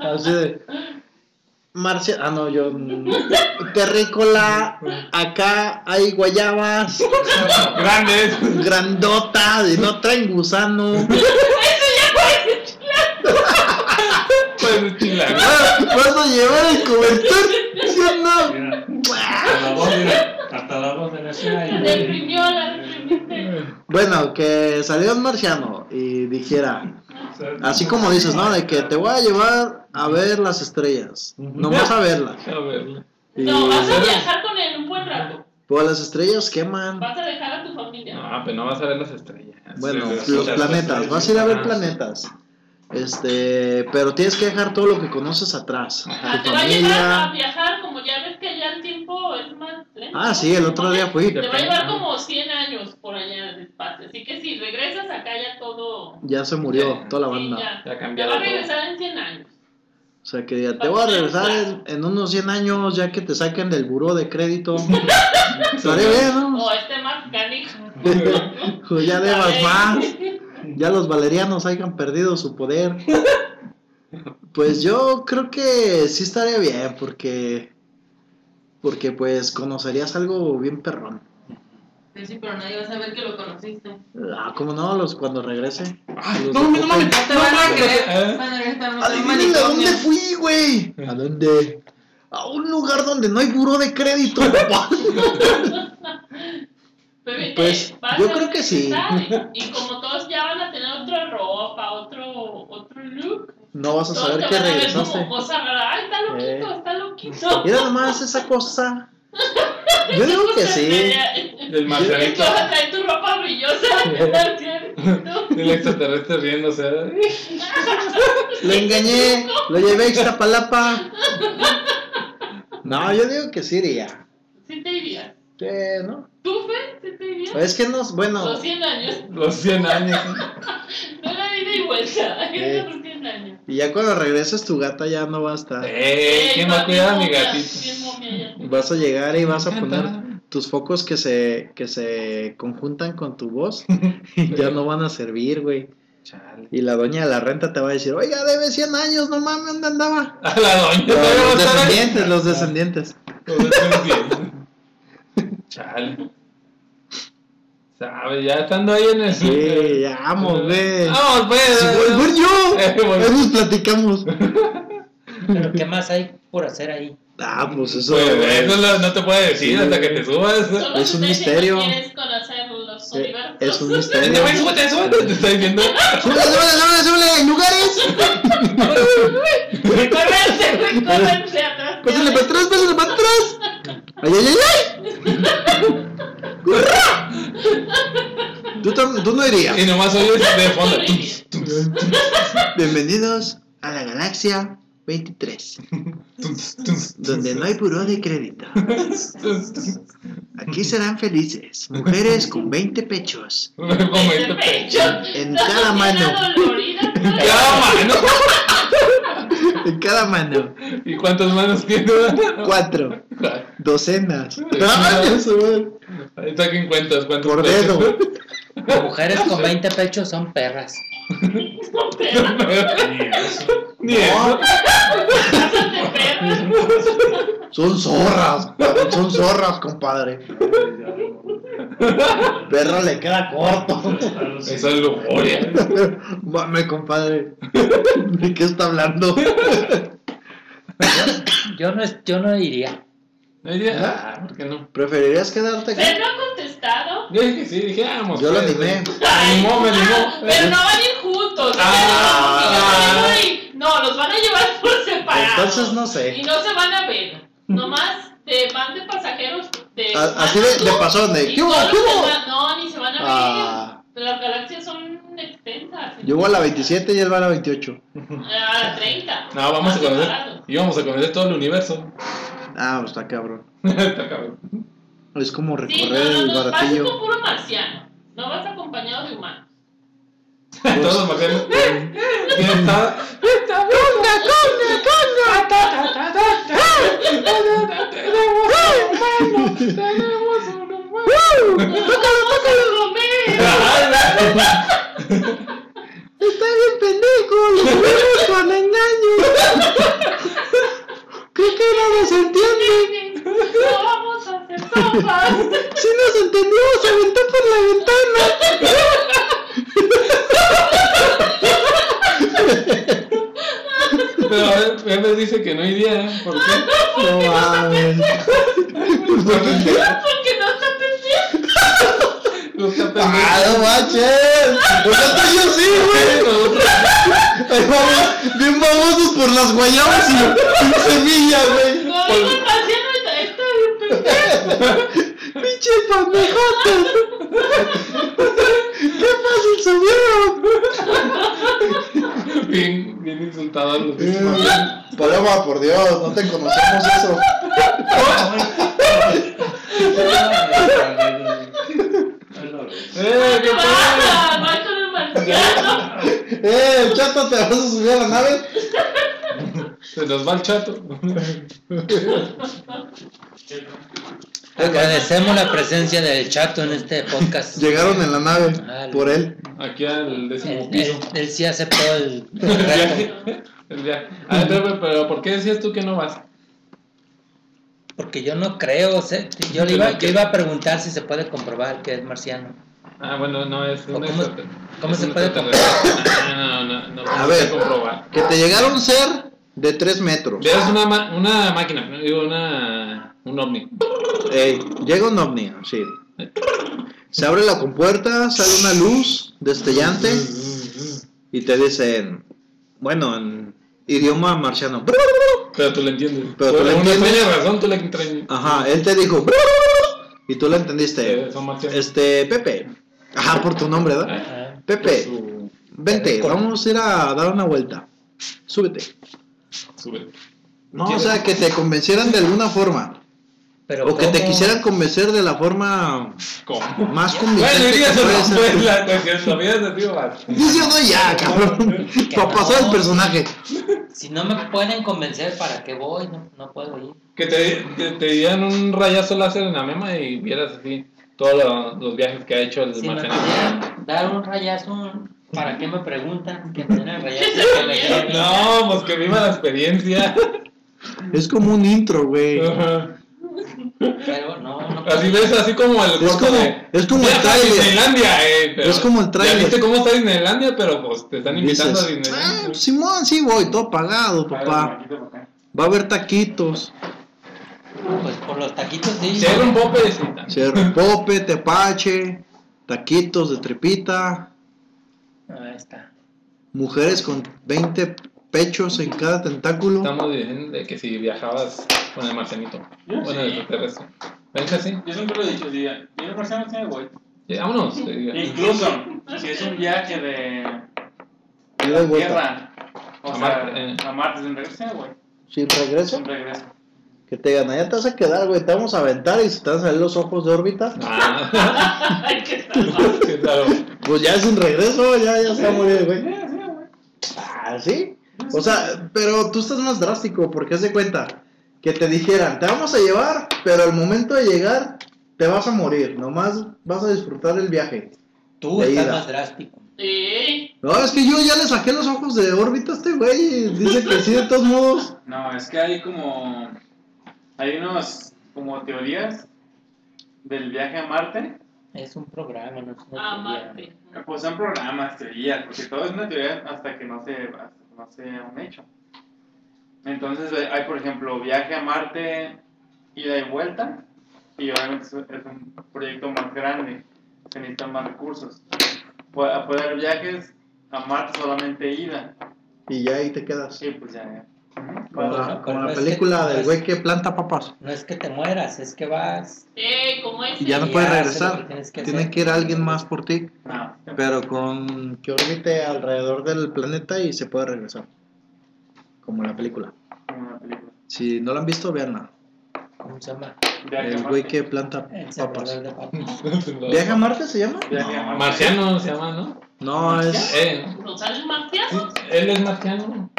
Speaker 5: Así de. Marcia. Ah, no, yo. mm, Terrícola. Acá hay guayabas.
Speaker 3: Grandes.
Speaker 5: Grandota. Y no traen gusano.
Speaker 3: Pues chila.
Speaker 5: Ah, Vas a llevar el cobertor. ¿Sí o no?
Speaker 7: Mira, hasta la voz de- hasta la voz de la escena
Speaker 6: La
Speaker 7: y
Speaker 6: deprimió, la deprimiste.
Speaker 5: Bueno, que salió un marciano y dijera, así como dices, ¿no? De que te voy a llevar a ver las estrellas, nomás a verlas.
Speaker 3: A verla.
Speaker 5: Y
Speaker 6: No, vas a viajar con él un buen rato.
Speaker 5: pues las estrellas queman,
Speaker 6: Vas a dejar a tu familia.
Speaker 3: No, pero no vas a ver las estrellas.
Speaker 5: bueno,
Speaker 3: Sí, sí,
Speaker 5: los
Speaker 3: sí.
Speaker 5: planetas, vas a ir a ver
Speaker 3: Ah.
Speaker 5: planetas. Este, pero tienes que dejar todo lo que conoces atrás,
Speaker 6: Ah,
Speaker 5: tu
Speaker 6: te va a llevar a
Speaker 5: familia.
Speaker 6: viajar, como ya ves que allá el tiempo es más lento.
Speaker 5: Ah, sí, el otro día fui.
Speaker 6: Te va a llevar como 100 años por allá despacio. Así que si regresas acá ya todo.
Speaker 5: Ya se murió toda la
Speaker 6: sí,
Speaker 5: banda.
Speaker 6: ya.
Speaker 3: Te ha
Speaker 6: Te
Speaker 3: cambiado
Speaker 6: va a
Speaker 3: todo.
Speaker 6: regresar en 100 años.
Speaker 5: O sea que ya te voy a regresar en, en unos 100 años ya que te saquen del buró de crédito. Estaré bien, ¿no?
Speaker 6: O este más canijo.
Speaker 5: Pues ya debas más. Ya los valerianos hayan perdido su poder. Pues yo creo que sí estaría bien porque porque pues conocerías algo bien perrón.
Speaker 2: Sí, pero nadie va a saber que lo conociste.
Speaker 5: Ah, ¿cómo no? Los cuando regrese.
Speaker 3: Ay,
Speaker 5: Los
Speaker 3: no,
Speaker 5: de
Speaker 3: no mames.
Speaker 5: Coppel.
Speaker 2: No te van a creer.
Speaker 6: pues,
Speaker 3: Eh.
Speaker 2: Van a estar en un
Speaker 5: Adivinen a dónde
Speaker 2: manicomio.
Speaker 5: fui, güey. ¿A dónde? A un lugar donde no hay buró de crédito. <laughs>
Speaker 6: Pero,
Speaker 5: Pues,
Speaker 6: eh, vas
Speaker 5: yo
Speaker 6: a
Speaker 5: creo que sí.
Speaker 6: regresar Y como todos ya van a tener otra ropa, otro, otro look.
Speaker 5: No vas a
Speaker 6: todos
Speaker 5: saber
Speaker 6: te
Speaker 5: que
Speaker 6: van a ver
Speaker 5: regresaste.
Speaker 6: como cosa rara. Ay, está loquito,
Speaker 5: Eh.
Speaker 6: está loquito.
Speaker 5: Mira nomás esa
Speaker 6: <laughs>
Speaker 5: cosa. Yo digo que sí.
Speaker 3: El
Speaker 6: Y tú
Speaker 3: marcianito.
Speaker 6: vas a traer tu ropa brillosa. ¿no?
Speaker 3: El extraterrestre riéndose. ¿eh?
Speaker 5: Lo engañé, lo llevé a Iztapalapa. No, yo digo que sí iría.
Speaker 6: Sí te diría.
Speaker 5: Sí, ¿no?
Speaker 6: ¿Tú, Fer? Sí te diría.
Speaker 5: Es que no, bueno,
Speaker 6: Los 100 años. <laughs>
Speaker 3: Los 100 años.
Speaker 6: No la ida y vuelta. <laughs>
Speaker 5: Eh.
Speaker 6: Los 100 años.
Speaker 5: y ya cuando regreses tu gata ya no va a estar.
Speaker 3: Eh, ¿quién va a cuidar a mi
Speaker 6: Bien momia,
Speaker 3: gatito?
Speaker 6: bien momia ya.
Speaker 5: Vas a llegar y vas a
Speaker 3: Me
Speaker 5: poner
Speaker 3: encanta.
Speaker 5: tus focos que se, que se conjuntan con
Speaker 3: <laughs>
Speaker 5: tu voz y ya no van a servir, güey.
Speaker 3: Chale.
Speaker 5: Y la doña de la renta te va a decir, oiga, debe 100 años, no mames, ¿dónde andaba?
Speaker 3: A la doña.
Speaker 5: Los,
Speaker 3: todavía va a estar ahí.
Speaker 5: descendientes, los descendientes.
Speaker 3: Chale. ¿Sabes? Ya estando ahí en el.
Speaker 5: Sí, ya, vamos, güey.
Speaker 3: Vamos, pues.
Speaker 5: Si volver yo,
Speaker 3: Eh, bueno.
Speaker 5: ahí nos platicamos.
Speaker 4: Pero ¿qué más hay por hacer ahí?
Speaker 5: Ah, pues eso.
Speaker 3: Pues, eso lo- no te puede decir
Speaker 5: Sí.
Speaker 3: hasta que te subas. ¿eh?
Speaker 6: Solo
Speaker 5: Es
Speaker 6: si
Speaker 5: un
Speaker 6: ustedes
Speaker 5: misterio.
Speaker 6: no quieres conocer los
Speaker 5: Eh,
Speaker 6: universos.
Speaker 5: es
Speaker 6: <laughs>
Speaker 5: un
Speaker 3: Te
Speaker 5: misterio.
Speaker 3: voy, Este súbete, súbete. Te estoy diciendo.
Speaker 5: ¡Súbele, súbele, súbele, súbele! ¡Lugares!
Speaker 6: Recórrense, recórrense atrás.
Speaker 5: ¡Pásale para atrás, pásale para atrás! ¡Ay, ay, ay, ay! ¡Corra! Tú, tam- tú no
Speaker 3: Y
Speaker 5: irías.
Speaker 3: nomás oyes de fondo.
Speaker 5: Bienvenidos a la galaxia 23, donde no hay buró de crédito. Aquí serán felices mujeres con 20 pechos
Speaker 3: Como este pecho.
Speaker 5: en cada mano. <laughs>
Speaker 3: Cada mano.
Speaker 5: En cada mano.
Speaker 3: ¿Y cuántas manos tiene?
Speaker 5: Cuatro. Docenas.
Speaker 3: Ay,
Speaker 5: Eso,
Speaker 3: Ahí saquen cuentas. ¿cuántos
Speaker 5: Por dedo.
Speaker 4: Las mujeres con
Speaker 3: <laughs>
Speaker 4: 20 pechos son perras.
Speaker 7: Ni eso.
Speaker 3: Ni eso.
Speaker 5: <laughs> Son zorras, <laughs> son zorras, compadre. Perro le queda corto. <laughs>
Speaker 3: Eso es lujuria.
Speaker 5: Mame, compadre. ¿De qué está hablando?
Speaker 4: Yo no, es- yo no iría.
Speaker 3: Oye, ah, ¿Por qué no?
Speaker 5: ¿Preferirías quedarte
Speaker 6: Pero
Speaker 5: aquí?
Speaker 6: no ha contestado.
Speaker 3: Yo dije sí, dije, vamos.
Speaker 5: Yo lo
Speaker 3: pues.
Speaker 5: animé.
Speaker 3: Me animó, me
Speaker 6: Ah, Pero no
Speaker 3: animó.
Speaker 6: van a ir juntos. no
Speaker 3: Ah.
Speaker 6: se van a ir. No, los van a llevar <laughs> por separado.
Speaker 5: Entonces no sé.
Speaker 6: Y no se van a ver. Nomás te van de pasajeros este.
Speaker 5: A- así de, de pasón, de
Speaker 6: Y
Speaker 5: ¿qué hubo?
Speaker 6: todos
Speaker 5: ¿Qué
Speaker 6: se
Speaker 5: hubo?
Speaker 6: van- No, ni se van a ver.
Speaker 5: Ah.
Speaker 6: Las galaxias son extensas.
Speaker 5: Yo voy a la 27 y él va a la 28.
Speaker 6: A la 30.
Speaker 3: No, vamos a
Speaker 6: Están
Speaker 3: conocer.
Speaker 6: separados.
Speaker 3: Íbamos a conocer todo el universo. <laughs>
Speaker 5: Ah, pues está cabrón.
Speaker 3: Está cabrón.
Speaker 5: Es como
Speaker 6: Sí,
Speaker 5: recorrer
Speaker 6: no,
Speaker 5: el
Speaker 6: no, no. Vas
Speaker 5: baratillo.
Speaker 6: con puro marciano. No vas acompañado de
Speaker 5: <laughs>
Speaker 6: humanos.
Speaker 4: Pues,
Speaker 3: Todos los marcianos. ¿Quién está?
Speaker 5: Está bien pendejo, lo vemos con engaño. Creo que no nos entiende.
Speaker 6: No vamos a hacer sopas.
Speaker 5: Si nos entendió, se aventó por la ventana.
Speaker 3: Pero a ver, Pepe dice que no iría. ¿Por qué?
Speaker 5: No mames. Pues
Speaker 6: Porque no está pendiente.
Speaker 3: No está
Speaker 5: ¡Ah,
Speaker 3: pendiente.
Speaker 5: no manches! ¡Nosotros Pues yo sí, güey!
Speaker 3: Nosotros-
Speaker 5: Ahí vamos, bien famosos por las guayabas y y semilla, güey.
Speaker 6: No, digo el marciano está, está bien pendiente.
Speaker 5: ¡Pinche pendejotes! ¡Qué fácil subieron!
Speaker 4: Ah.
Speaker 3: Bien, bien insultado a los pinches marcianos.
Speaker 5: Eh, Paloma, por Dios, no te conocemos eso.
Speaker 7: <laughs>
Speaker 3: ¡Eh, qué pedo!
Speaker 6: Basta, vas con el marciano.
Speaker 5: ¡Eh, chato, te vas a subir a la nave!
Speaker 3: Se nos va el chato.
Speaker 4: Agradecemos la presencia del chato en este podcast.
Speaker 5: Llegaron en la nave por él.
Speaker 3: Aquí al décimo
Speaker 4: Él,
Speaker 3: piso.
Speaker 4: él- él sí aceptó el, el reto.
Speaker 3: El viaje. A ver, pero, pero ¿por qué decías tú que no vas?
Speaker 4: Porque yo no creo, o sea, yo, le iba, yo iba a preguntar si se puede comprobar que es marciano.
Speaker 3: Ah, bueno, no, es
Speaker 4: ¿O
Speaker 3: un
Speaker 4: cómo-
Speaker 3: extrater-
Speaker 4: cómo
Speaker 3: es
Speaker 4: se
Speaker 3: un
Speaker 4: puede
Speaker 3: extraterrestre. Ah, No, no, no, no, no
Speaker 5: A
Speaker 3: se
Speaker 5: ver.
Speaker 3: puede comprobar.
Speaker 5: Que te llegara un ser de 3 metros.
Speaker 3: Veas una, ma- una máquina, no, digo, una, un ovni.
Speaker 5: Ey, llega un ovni, sí. Se abre la compuerta, sale una luz destellante
Speaker 4: Pues,
Speaker 5: y te dicen, bueno, en idioma marciano.
Speaker 3: Pero tú le entiendes.
Speaker 5: Pero tú le
Speaker 3: Por
Speaker 5: entiendes.
Speaker 3: Una extraña razón, tú le entiendes.
Speaker 5: Ajá, él te dijo y tú lo entendiste.
Speaker 3: Eh, Son marcianos.
Speaker 5: Este, Pepe. Ajá, por tu nombre, ¿verdad?
Speaker 4: Ah,
Speaker 5: Pepe,
Speaker 3: Su-
Speaker 5: vente,
Speaker 4: Con-
Speaker 5: vamos a ir a dar una vuelta. Súbete.
Speaker 3: sube.
Speaker 5: No, o sea, que te convencieran de alguna forma.
Speaker 4: Pero
Speaker 5: O que te
Speaker 4: ¿cómo?
Speaker 5: quisieran convencer de la forma <laughs>
Speaker 3: ¿Cómo?
Speaker 5: más convincente.
Speaker 3: Bueno, irías
Speaker 5: que
Speaker 3: o
Speaker 5: puede
Speaker 3: no,
Speaker 5: ser
Speaker 3: pues
Speaker 5: tú. <laughs>
Speaker 3: la cuestión, la vida de tío vas.
Speaker 5: Dice no ya, cabrón.
Speaker 4: Que
Speaker 5: <laughs> Para
Speaker 4: no.
Speaker 5: pasar el personaje.
Speaker 4: Si no me pueden convencer, ¿para qué voy? No, no puedo ir.
Speaker 3: Que te, que te dieran un rayazo láser en la mema y vieras así todos lo- los viajes que ha hecho el
Speaker 4: Si me
Speaker 3: marciano.
Speaker 4: pudieran dar un rayazo, ¿para qué me preguntan? Que me den el rayazo que me
Speaker 5: <laughs>
Speaker 4: den.
Speaker 3: No, pues que viva la experiencia.
Speaker 5: Es como un intro, güey.
Speaker 3: <laughs> Ajá.
Speaker 4: Pero no, no puedo.
Speaker 3: así ves, así como el
Speaker 5: Es
Speaker 3: corto
Speaker 5: como,
Speaker 3: de-
Speaker 5: es como el
Speaker 3: Ya sabes,
Speaker 5: trailer.
Speaker 3: Disneylandia, eh, pero
Speaker 5: Es como el tráiler.
Speaker 3: Ya viste cómo está Disneylandia, pero pues te están invitando a
Speaker 5: Dices,
Speaker 3: Disneylandia.
Speaker 5: ah, Simón, sí voy, todo pagado, papá. Va a haber taquitos,
Speaker 4: Pues por los taquitos sí.
Speaker 3: Cierra un pope y <laughs>
Speaker 5: cerro pope, tepache, taquitos de trepita,
Speaker 4: Ahí está.
Speaker 5: mujeres con 20 pechos en cada tentáculo.
Speaker 3: Estamos diciendo de que si viajabas con el marcianito.
Speaker 8: Yo
Speaker 3: Bueno, el
Speaker 8: sí.
Speaker 3: extraterrestre. ¿Ven que sí?
Speaker 8: Yo siempre lo he dicho, si una persona tiene voy.
Speaker 3: Sí, Vámonos. te digo.
Speaker 8: Incluso si es un viaje de
Speaker 5: Y de vuelta.
Speaker 8: tierra, o
Speaker 3: A
Speaker 8: sea,
Speaker 3: Marte, eh.
Speaker 8: a Marte, sin regreso, tiene güey.
Speaker 5: Sin regreso,
Speaker 8: Sin regreso.
Speaker 5: que te ganan, ya te vas a quedar, güey. Te vamos a aventar y se te van a salir los ojos de órbita.
Speaker 3: Ah, <laughs>
Speaker 6: Ay, qué salvaje.
Speaker 3: sí, claro.
Speaker 5: Pues ya sin regreso, ya, ya se va a morir, güey.
Speaker 8: Sí, sí, güey.
Speaker 5: Ah, ¿sí? O sea, pero tú estás más drástico, porque haz de cuenta que te dijeran, te vamos a llevar, pero al momento de llegar te vas a morir, nomás vas a disfrutar el viaje.
Speaker 4: Tú
Speaker 5: De
Speaker 4: estás
Speaker 5: ida.
Speaker 4: más drástico.
Speaker 6: Sí.
Speaker 5: No, es que yo ya le saqué los ojos de órbita a este güey, y dice que sí, de todos modos.
Speaker 8: No, es que hay como. Hay unos. Como teorías del viaje a Marte.
Speaker 4: Es un programa, no es una
Speaker 6: Ah, Amarte.
Speaker 8: Pues son programas, teorías, porque todo es una teoría hasta que no se, hasta que no sea un hecho. Entonces eh, hay, por ejemplo, viaje a Marte, ida y vuelta, y obviamente es es un proyecto más grande, se necesitan más recursos. Puede, puede haber viajes a Marte solamente ida,
Speaker 5: Y ya ahí te quedas.
Speaker 8: sí, pues ya, ya.
Speaker 5: Como
Speaker 4: Pero
Speaker 5: la, como la
Speaker 4: es que-
Speaker 5: película
Speaker 4: es-
Speaker 8: pues
Speaker 5: del güey que planta papas.
Speaker 4: No es que te mueras, es que vas.
Speaker 6: Eh, como
Speaker 5: Y
Speaker 6: ese.
Speaker 5: ya no
Speaker 4: ya
Speaker 5: puedes
Speaker 4: sé lo que
Speaker 5: regresar.
Speaker 4: tienes que
Speaker 5: Tiene
Speaker 4: hacer.
Speaker 5: que ir alguien más por ti.
Speaker 8: No.
Speaker 5: Pero con que orbite alrededor del planeta y se puede regresar. Como la película.
Speaker 8: Como una película.
Speaker 5: Si no la han visto, veanla.
Speaker 4: ¿Cómo se llama?
Speaker 8: Viaje a
Speaker 5: El
Speaker 8: Marte.
Speaker 5: güey que planta
Speaker 4: El
Speaker 5: papas.
Speaker 4: sembrador de papas.
Speaker 5: ¿Viaja a Marte se llama?
Speaker 8: Viaje a Marte.
Speaker 3: Marciano se llama, ¿no?
Speaker 5: No, es.
Speaker 3: Eh,
Speaker 6: ¿No sale un marciano?
Speaker 3: él es marciano.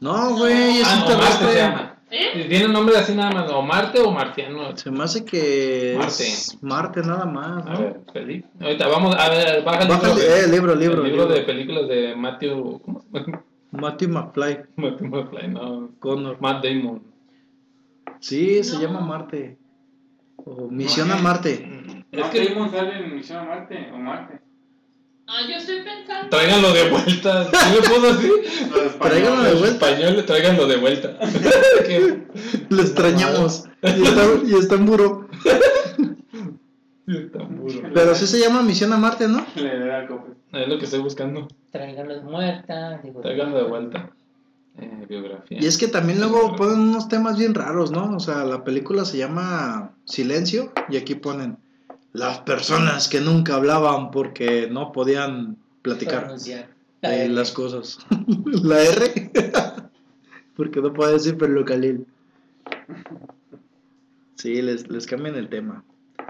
Speaker 5: No, güey, es
Speaker 3: Ah, no, Marte se
Speaker 5: internet.
Speaker 3: llama.
Speaker 6: ¿Eh?
Speaker 3: Tiene un nombre así nada más, o Marte o Marciano.
Speaker 5: Se me hace que. es Marte, nada más.
Speaker 3: A
Speaker 5: ¿no?
Speaker 3: ver, Felipe. Ah, Ahorita vamos a ver, baja el
Speaker 5: Bájale,
Speaker 3: libro.
Speaker 5: eh, libro, libro.
Speaker 3: el libro
Speaker 5: libro.
Speaker 3: de películas de Matthew. <laughs> ¿Cómo se llama?
Speaker 5: Matthew McFly.
Speaker 3: Matthew McFly, no.
Speaker 5: Connor.
Speaker 3: Matt Damon.
Speaker 5: Sí, se
Speaker 6: No.
Speaker 5: llama Marte. O Misión a Marte.
Speaker 3: <laughs> Es
Speaker 8: Matt
Speaker 3: que
Speaker 8: Damon sale en Misión a Marte o Marte.
Speaker 6: Ah, yo estoy pensando.
Speaker 3: tráiganlo de vuelta. ¿Sí le puso así?
Speaker 8: Los españoles.
Speaker 5: Tráiganlo de
Speaker 3: Los
Speaker 5: vuelta.
Speaker 3: españoles, tráiganlo de
Speaker 5: <laughs>
Speaker 3: vuelta. Que-
Speaker 5: Lo extrañamos. Y está, y está en buró.
Speaker 3: sí, tan burro.
Speaker 5: Pero sí se llama Misión a Marte, ¿no?
Speaker 8: Le da copia.
Speaker 3: Es lo que estoy buscando.
Speaker 4: Tráigalos muertas. Digo,
Speaker 3: Tráiganlo de vuelta. Eh, biografía.
Speaker 5: Y es que también luego ponen unos temas bien raros, ¿no? O sea, la película se llama Silencio y aquí ponen las personas que nunca hablaban porque no podían platicar
Speaker 4: pronunciar.
Speaker 5: eh, las cosas. <laughs> la R, <laughs> porque no puede decir perlocalil. Sí, les, les cambian el tema.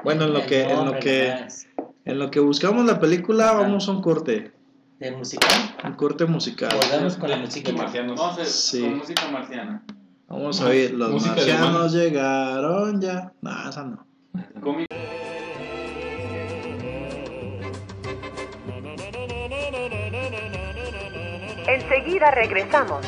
Speaker 5: Bueno, en lo
Speaker 4: El
Speaker 5: que, en lo
Speaker 4: nombre
Speaker 5: que,
Speaker 4: nomás.
Speaker 5: en lo que buscamos la película,
Speaker 4: Ajá.
Speaker 5: vamos a un corte,
Speaker 4: De musical.
Speaker 5: un corte musical.
Speaker 4: Volvemos con la música.
Speaker 3: De marcianos.
Speaker 8: Vamos a
Speaker 5: Sí.
Speaker 8: con música marciana.
Speaker 5: Vamos a ver, los
Speaker 3: Música de
Speaker 5: marcianos llegaron ya. No, esa no.
Speaker 8: Comi-
Speaker 1: Enseguida regresamos.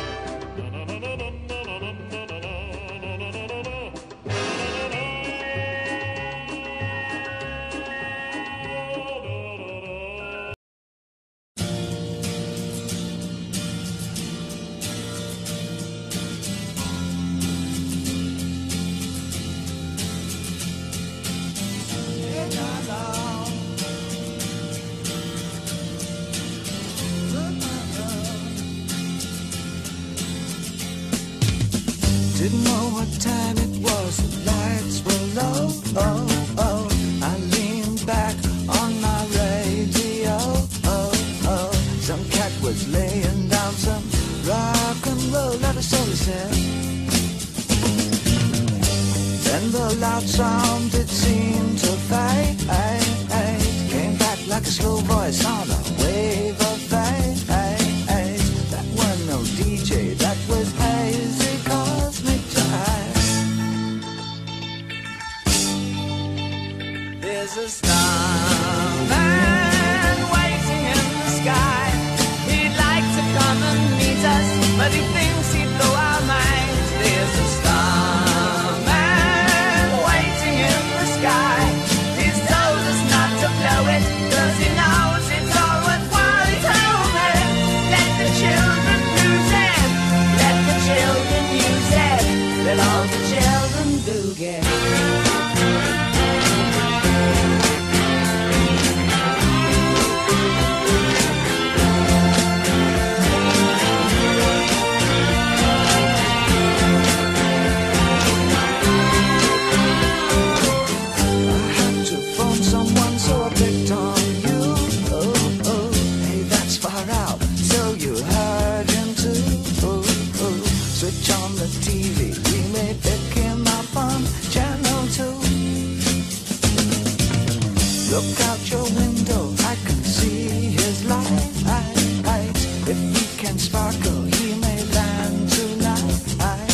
Speaker 9: Didn't know what time it was, the lights were low, oh, oh. I leaned back on my radio, oh, oh. Some cat was laying down some rock and roll, not a soul is there. Then the loud sound, it seemed to fade, came back like a slow voice on a wave of fate. That was no DJ, that was hazy cosmic jazz. There's a starman waiting in the sky. He'd like to come and meet us, but he thinks he'd blow our minds. There's a starman waiting in the sky. He's told us not to blow it, cause he knows it's all worthwhile. It's over. Let the children use it. Let the children use it. Let all the children do it. I had to phone someone, so I picked on you. Oh, oh, hey, that's far out. So you heard him too. Oh, oh, switch on the TV. We may pick him up on channel two. Look out your window, I can see his light. If he can sparkle, he may land tonight.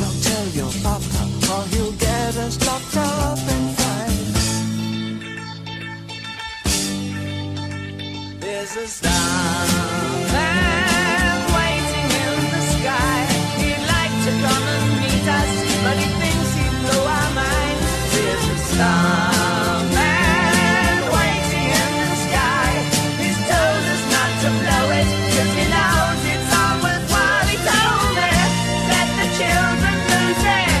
Speaker 9: Don't tell your papa, or he'll get us locked up in fight. There's a starman waiting in the sky. He'd like to come and meet us, but he thinks he'd blow our minds. There's a starman waiting in the sky. He's told us not to blow it, 'cause he knows it's all worthwhile. He told us, let the children lose it.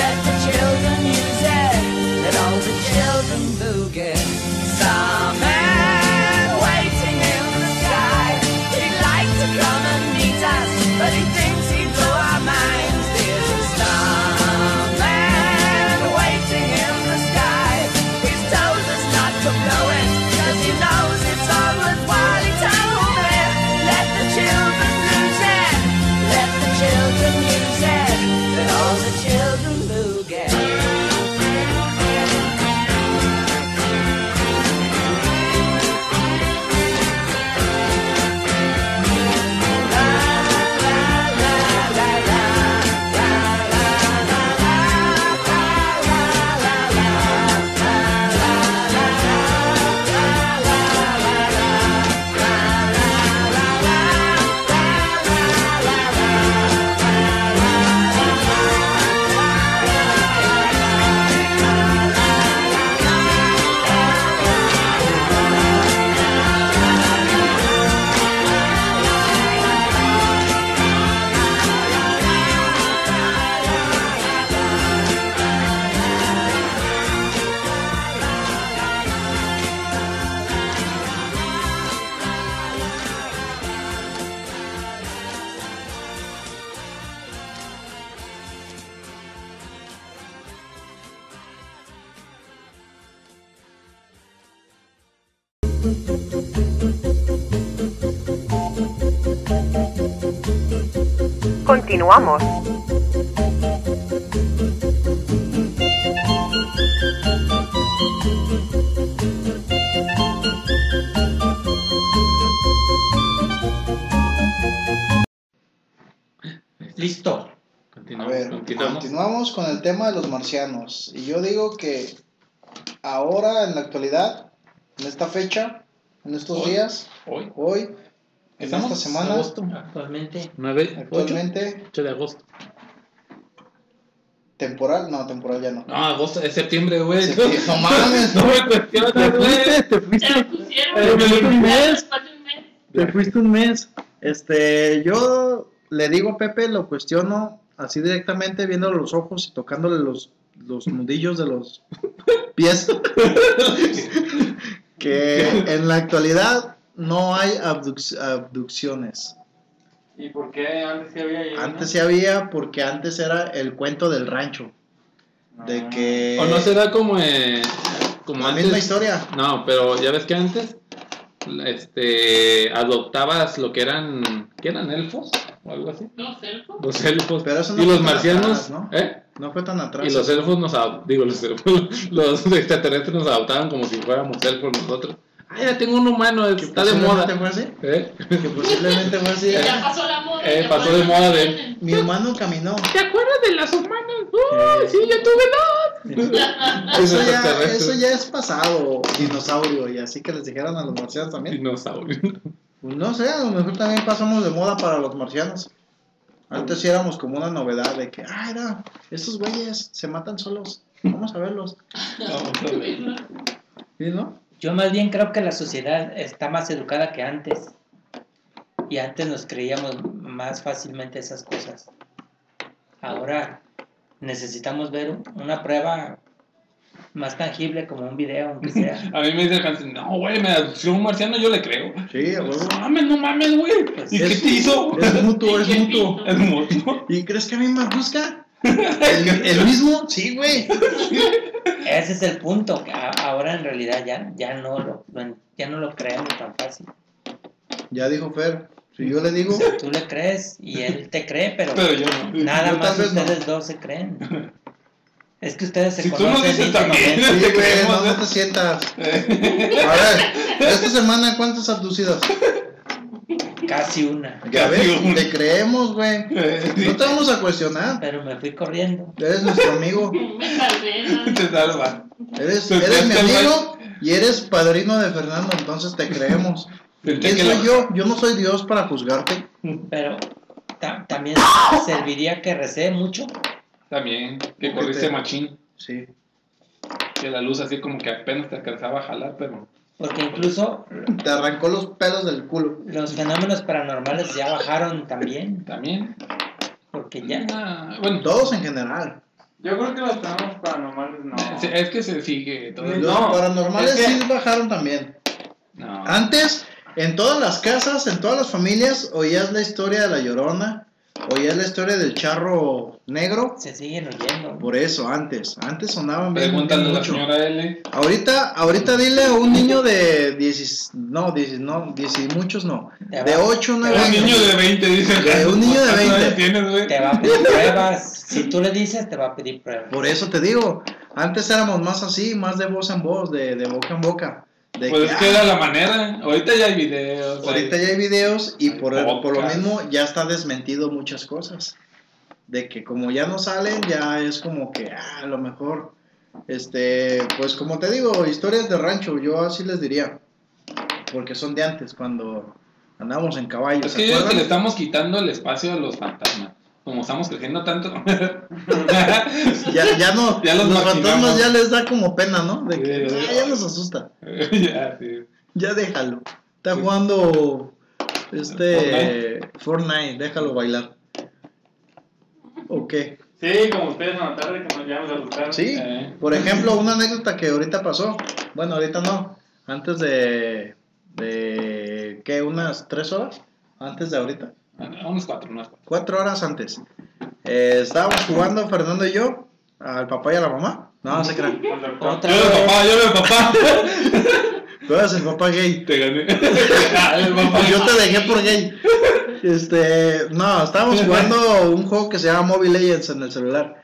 Speaker 9: Let the children use it. Let all the children boogie. Starman waiting in the sky. He'd like to come and meet us, but he thinks he'd blow our minds. Continuamos.
Speaker 4: Listo.
Speaker 10: A
Speaker 3: Continuamos,
Speaker 5: ver,
Speaker 3: continuamos.
Speaker 5: continuamos con el tema de los marcianos. Y yo digo que ahora, en la actualidad, en esta fecha, en estos
Speaker 3: Hoy.
Speaker 5: días,
Speaker 3: Hoy.
Speaker 5: hoy, en
Speaker 3: Estamos
Speaker 5: esta semana,
Speaker 3: agosto.
Speaker 4: Actualmente.
Speaker 3: 9, 8,
Speaker 5: actualmente,
Speaker 3: de agosto.
Speaker 5: temporal, no, temporal ya no.
Speaker 3: No, agosto, es septiembre, güey.
Speaker 5: Septiembre, no
Speaker 3: <laughs>
Speaker 5: mames.
Speaker 3: No me
Speaker 5: <laughs>
Speaker 3: cuestiones, güey.
Speaker 10: te fuiste.
Speaker 6: Te lo pusieron.
Speaker 10: Eh, me lo tomé.
Speaker 6: Después de un mes.
Speaker 10: Te fuiste un mes.
Speaker 5: Este, yo le digo a Pepe, lo cuestiono así directamente, viéndole los ojos y tocándole los, los nudillos de los
Speaker 3: <laughs>
Speaker 5: pies. que en la actualidad no hay abduc- abducciones.
Speaker 8: ¿Y por qué antes sí había y ahora
Speaker 5: Antes sí había, porque antes era el cuento del rancho.
Speaker 8: no?
Speaker 5: De que.
Speaker 3: Ah. O no será como, eh, como
Speaker 5: La misma
Speaker 3: antes.
Speaker 5: historia.
Speaker 3: No, pero ya ves que antes este, adoptabas lo que eran, ¿qué eran? ¿Elfos? ¿O algo así?
Speaker 6: No, cerco.
Speaker 3: Los elfos.
Speaker 5: Pero eso no
Speaker 3: y los
Speaker 5: fue tan
Speaker 3: marcianos,
Speaker 5: atrás, ¿no?
Speaker 3: ¿eh?
Speaker 5: No fue tan atrás.
Speaker 3: Y los elfos nos adoptaban, digo, los, elfos, los <laughs> extraterrestres nos adoptaban como si fuéramos elfos nosotros. Ah, ya tengo un humano,
Speaker 5: Que
Speaker 3: está de moda.
Speaker 5: posiblemente fue así,
Speaker 3: ¿Eh?
Speaker 5: Que posiblemente
Speaker 3: <laughs>
Speaker 5: fue así.
Speaker 6: Y ya pasó la moda.
Speaker 3: Eh,
Speaker 6: ya
Speaker 3: pasó
Speaker 6: fueron
Speaker 3: de moda
Speaker 6: los
Speaker 3: de-
Speaker 6: trenes.
Speaker 5: Mi hermano caminó.
Speaker 3: ¿Te acuerdas de las humanas? ¡Oh, sí, yo tuve <laughs> dos!
Speaker 5: Eso ya,
Speaker 3: Extraterrestre.
Speaker 5: eso ya es pasado, dinosaurio, y así que les dijeron a los marcianos también.
Speaker 3: Dinosaurio.
Speaker 5: No sé, a lo mejor también pasamos de moda para los marcianos. Antes sí éramos como una novedad de que, ah, era, estos güeyes se matan solos, vamos a verlos. ¿Sí, no?
Speaker 4: Yo más bien creo que la sociedad está más educada que antes. Y antes nos creíamos más fácilmente esas cosas. Ahora necesitamos ver una prueba más tangible como un video,
Speaker 3: <laughs>
Speaker 4: aunque sea.
Speaker 3: <laughs> A mí me dice el Hansen, no, güey, me adoptó un marciano, yo le creo.
Speaker 5: Sí, a huevo.
Speaker 3: No mames, no mames, güey. ¿Y qué
Speaker 5: es-
Speaker 3: te hizo? <laughs>
Speaker 5: Es mutuo, es
Speaker 6: ¿Y qué
Speaker 5: mutuo.
Speaker 6: pito?
Speaker 3: Es mutuo.
Speaker 5: ¿Y crees que a mí me
Speaker 3: <laughs>
Speaker 5: busca? ¿El, el mismo? Sí, güey.
Speaker 4: Ese es el punto. que a- Ahora en realidad ya, ya, no lo, lo en- ya no lo creemos tan fácil.
Speaker 5: Ya dijo Fer. Si yo le digo,
Speaker 4: Tú le crees y él te cree, pero
Speaker 3: Pero yo no.
Speaker 4: nada
Speaker 5: yo
Speaker 4: más
Speaker 5: tal vez no.
Speaker 4: ustedes dos se creen. Es que ustedes se
Speaker 3: Si tú
Speaker 4: conocen
Speaker 3: nos dices también.
Speaker 5: sí,
Speaker 3: <laughs>
Speaker 4: íntimamente.
Speaker 3: Te
Speaker 5: güey,
Speaker 3: creemos,
Speaker 5: no, no
Speaker 3: ¿eh?
Speaker 5: te sientas. A ver, esta semana, ¿cuántas abducidas?
Speaker 4: Casi una.
Speaker 5: Ya ves,
Speaker 3: digo,
Speaker 5: te creemos, güey.
Speaker 3: Eh,
Speaker 5: No te vamos a cuestionar.
Speaker 4: Pero me fui corriendo.
Speaker 5: Eres nuestro amigo.
Speaker 6: Me salvé.
Speaker 3: <laughs>
Speaker 6: ¿no?
Speaker 3: Te salva.
Speaker 5: Eres,
Speaker 3: Te
Speaker 5: eres mi
Speaker 3: presta el
Speaker 5: amigo y eres padrino de Fernando, entonces
Speaker 3: <laughs>
Speaker 5: te creemos.
Speaker 3: Pensé
Speaker 5: ¿Quién
Speaker 3: que
Speaker 5: soy
Speaker 3: la-
Speaker 5: yo? Yo no soy Dios para juzgarte.
Speaker 4: Pero ta- también serviría que recé mucho.
Speaker 3: También, que
Speaker 5: Porque
Speaker 3: corriste
Speaker 5: te-
Speaker 3: machín.
Speaker 5: Sí.
Speaker 3: Que la luz así como que apenas te alcanzaba a jalar, pero.
Speaker 4: Porque incluso
Speaker 5: Te arrancó los pelos del culo.
Speaker 4: los fenómenos paranormales ya bajaron también.
Speaker 3: También.
Speaker 4: Porque ya.
Speaker 3: Ah, bueno,
Speaker 5: Todos en general.
Speaker 8: Yo creo que los tenemos paranormales, no.
Speaker 3: se- es que se sigue todo.
Speaker 5: Los
Speaker 3: el-
Speaker 8: No,
Speaker 5: paranormales
Speaker 8: es que-
Speaker 5: sí Ah, bajaron también.
Speaker 3: No.
Speaker 5: Antes, en todas las casas, en todas las familias, oías la historia de la llorona, oías la historia del charro negro.
Speaker 4: Se siguen oyendo.
Speaker 5: Por eso, antes, antes sonaban bien.
Speaker 3: Pregúntale a
Speaker 5: bien
Speaker 3: la
Speaker 5: mucho.
Speaker 3: señora L.
Speaker 5: Ahorita, ahorita dile a un niño de 10, no, 10, no, 10 y muchos no,
Speaker 4: Te
Speaker 5: de
Speaker 4: va-
Speaker 5: 8, 9
Speaker 3: Un
Speaker 5: años.
Speaker 3: niño de 20, dice.
Speaker 5: De un niño de
Speaker 3: ¿Cuántos
Speaker 5: 20.
Speaker 3: años tienes, güey?
Speaker 4: Te va a pedir pruebas. Si tú le dices, te va a pedir pruebas.
Speaker 5: Por eso te digo, antes éramos más así, más de voz en voz, de, de boca en boca. De
Speaker 3: Pues es
Speaker 5: que,
Speaker 3: que
Speaker 5: ah,
Speaker 3: era la manera. Ahorita ya hay videos.
Speaker 5: ahorita
Speaker 3: hay-
Speaker 5: ya hay videos y
Speaker 3: hay
Speaker 5: por, el- por lo
Speaker 3: podcasts.
Speaker 5: mismo ya está desmentido muchas cosas. De que como ya no salen, ya es como que ah, a lo mejor, este, pues como te digo, historias de rancho, yo así les diría. Porque son de antes, cuando andábamos en caballo.
Speaker 3: Es
Speaker 5: ¿se
Speaker 3: que yo creo que
Speaker 5: acuerdan?
Speaker 3: le estamos quitando el espacio a los fantasmas. Como estamos creciendo tanto.
Speaker 5: Ya, ya no,
Speaker 3: <laughs> Ya los
Speaker 5: los,
Speaker 3: maquinamos.
Speaker 5: fantasmas ya les da como pena, ¿no? De que,
Speaker 3: Sí,
Speaker 5: "Ah, ya nos asusta.
Speaker 3: <laughs> ya, sí.
Speaker 5: Ya déjalo. Está jugando este Fortnite, déjalo bailar. ¿O qué?
Speaker 8: Sí, como ustedes en la tarde que nos llamamos a buscar.
Speaker 5: Sí,
Speaker 3: Eh.
Speaker 5: por ejemplo, una anécdota que ahorita pasó. Bueno, ahorita no. Antes de. de ¿Qué? ¿Unas tres horas? Antes de ahorita.
Speaker 3: A unos Ah, cuatro, unos cuatro.
Speaker 5: Cuatro horas antes. Eh, estábamos jugando Fernando y yo, al papá y a la mamá. No, no se crean.
Speaker 8: Con el doctor.
Speaker 4: Otra
Speaker 3: Yo de
Speaker 4: vez.
Speaker 3: papá, yo de papá.
Speaker 5: Tú eras el papá gay.
Speaker 3: <laughs> Te gané.
Speaker 5: Ah, Pues Yo te dejé por gay. Este, no, estábamos jugando un juego que se llama Mobile Legends en el celular.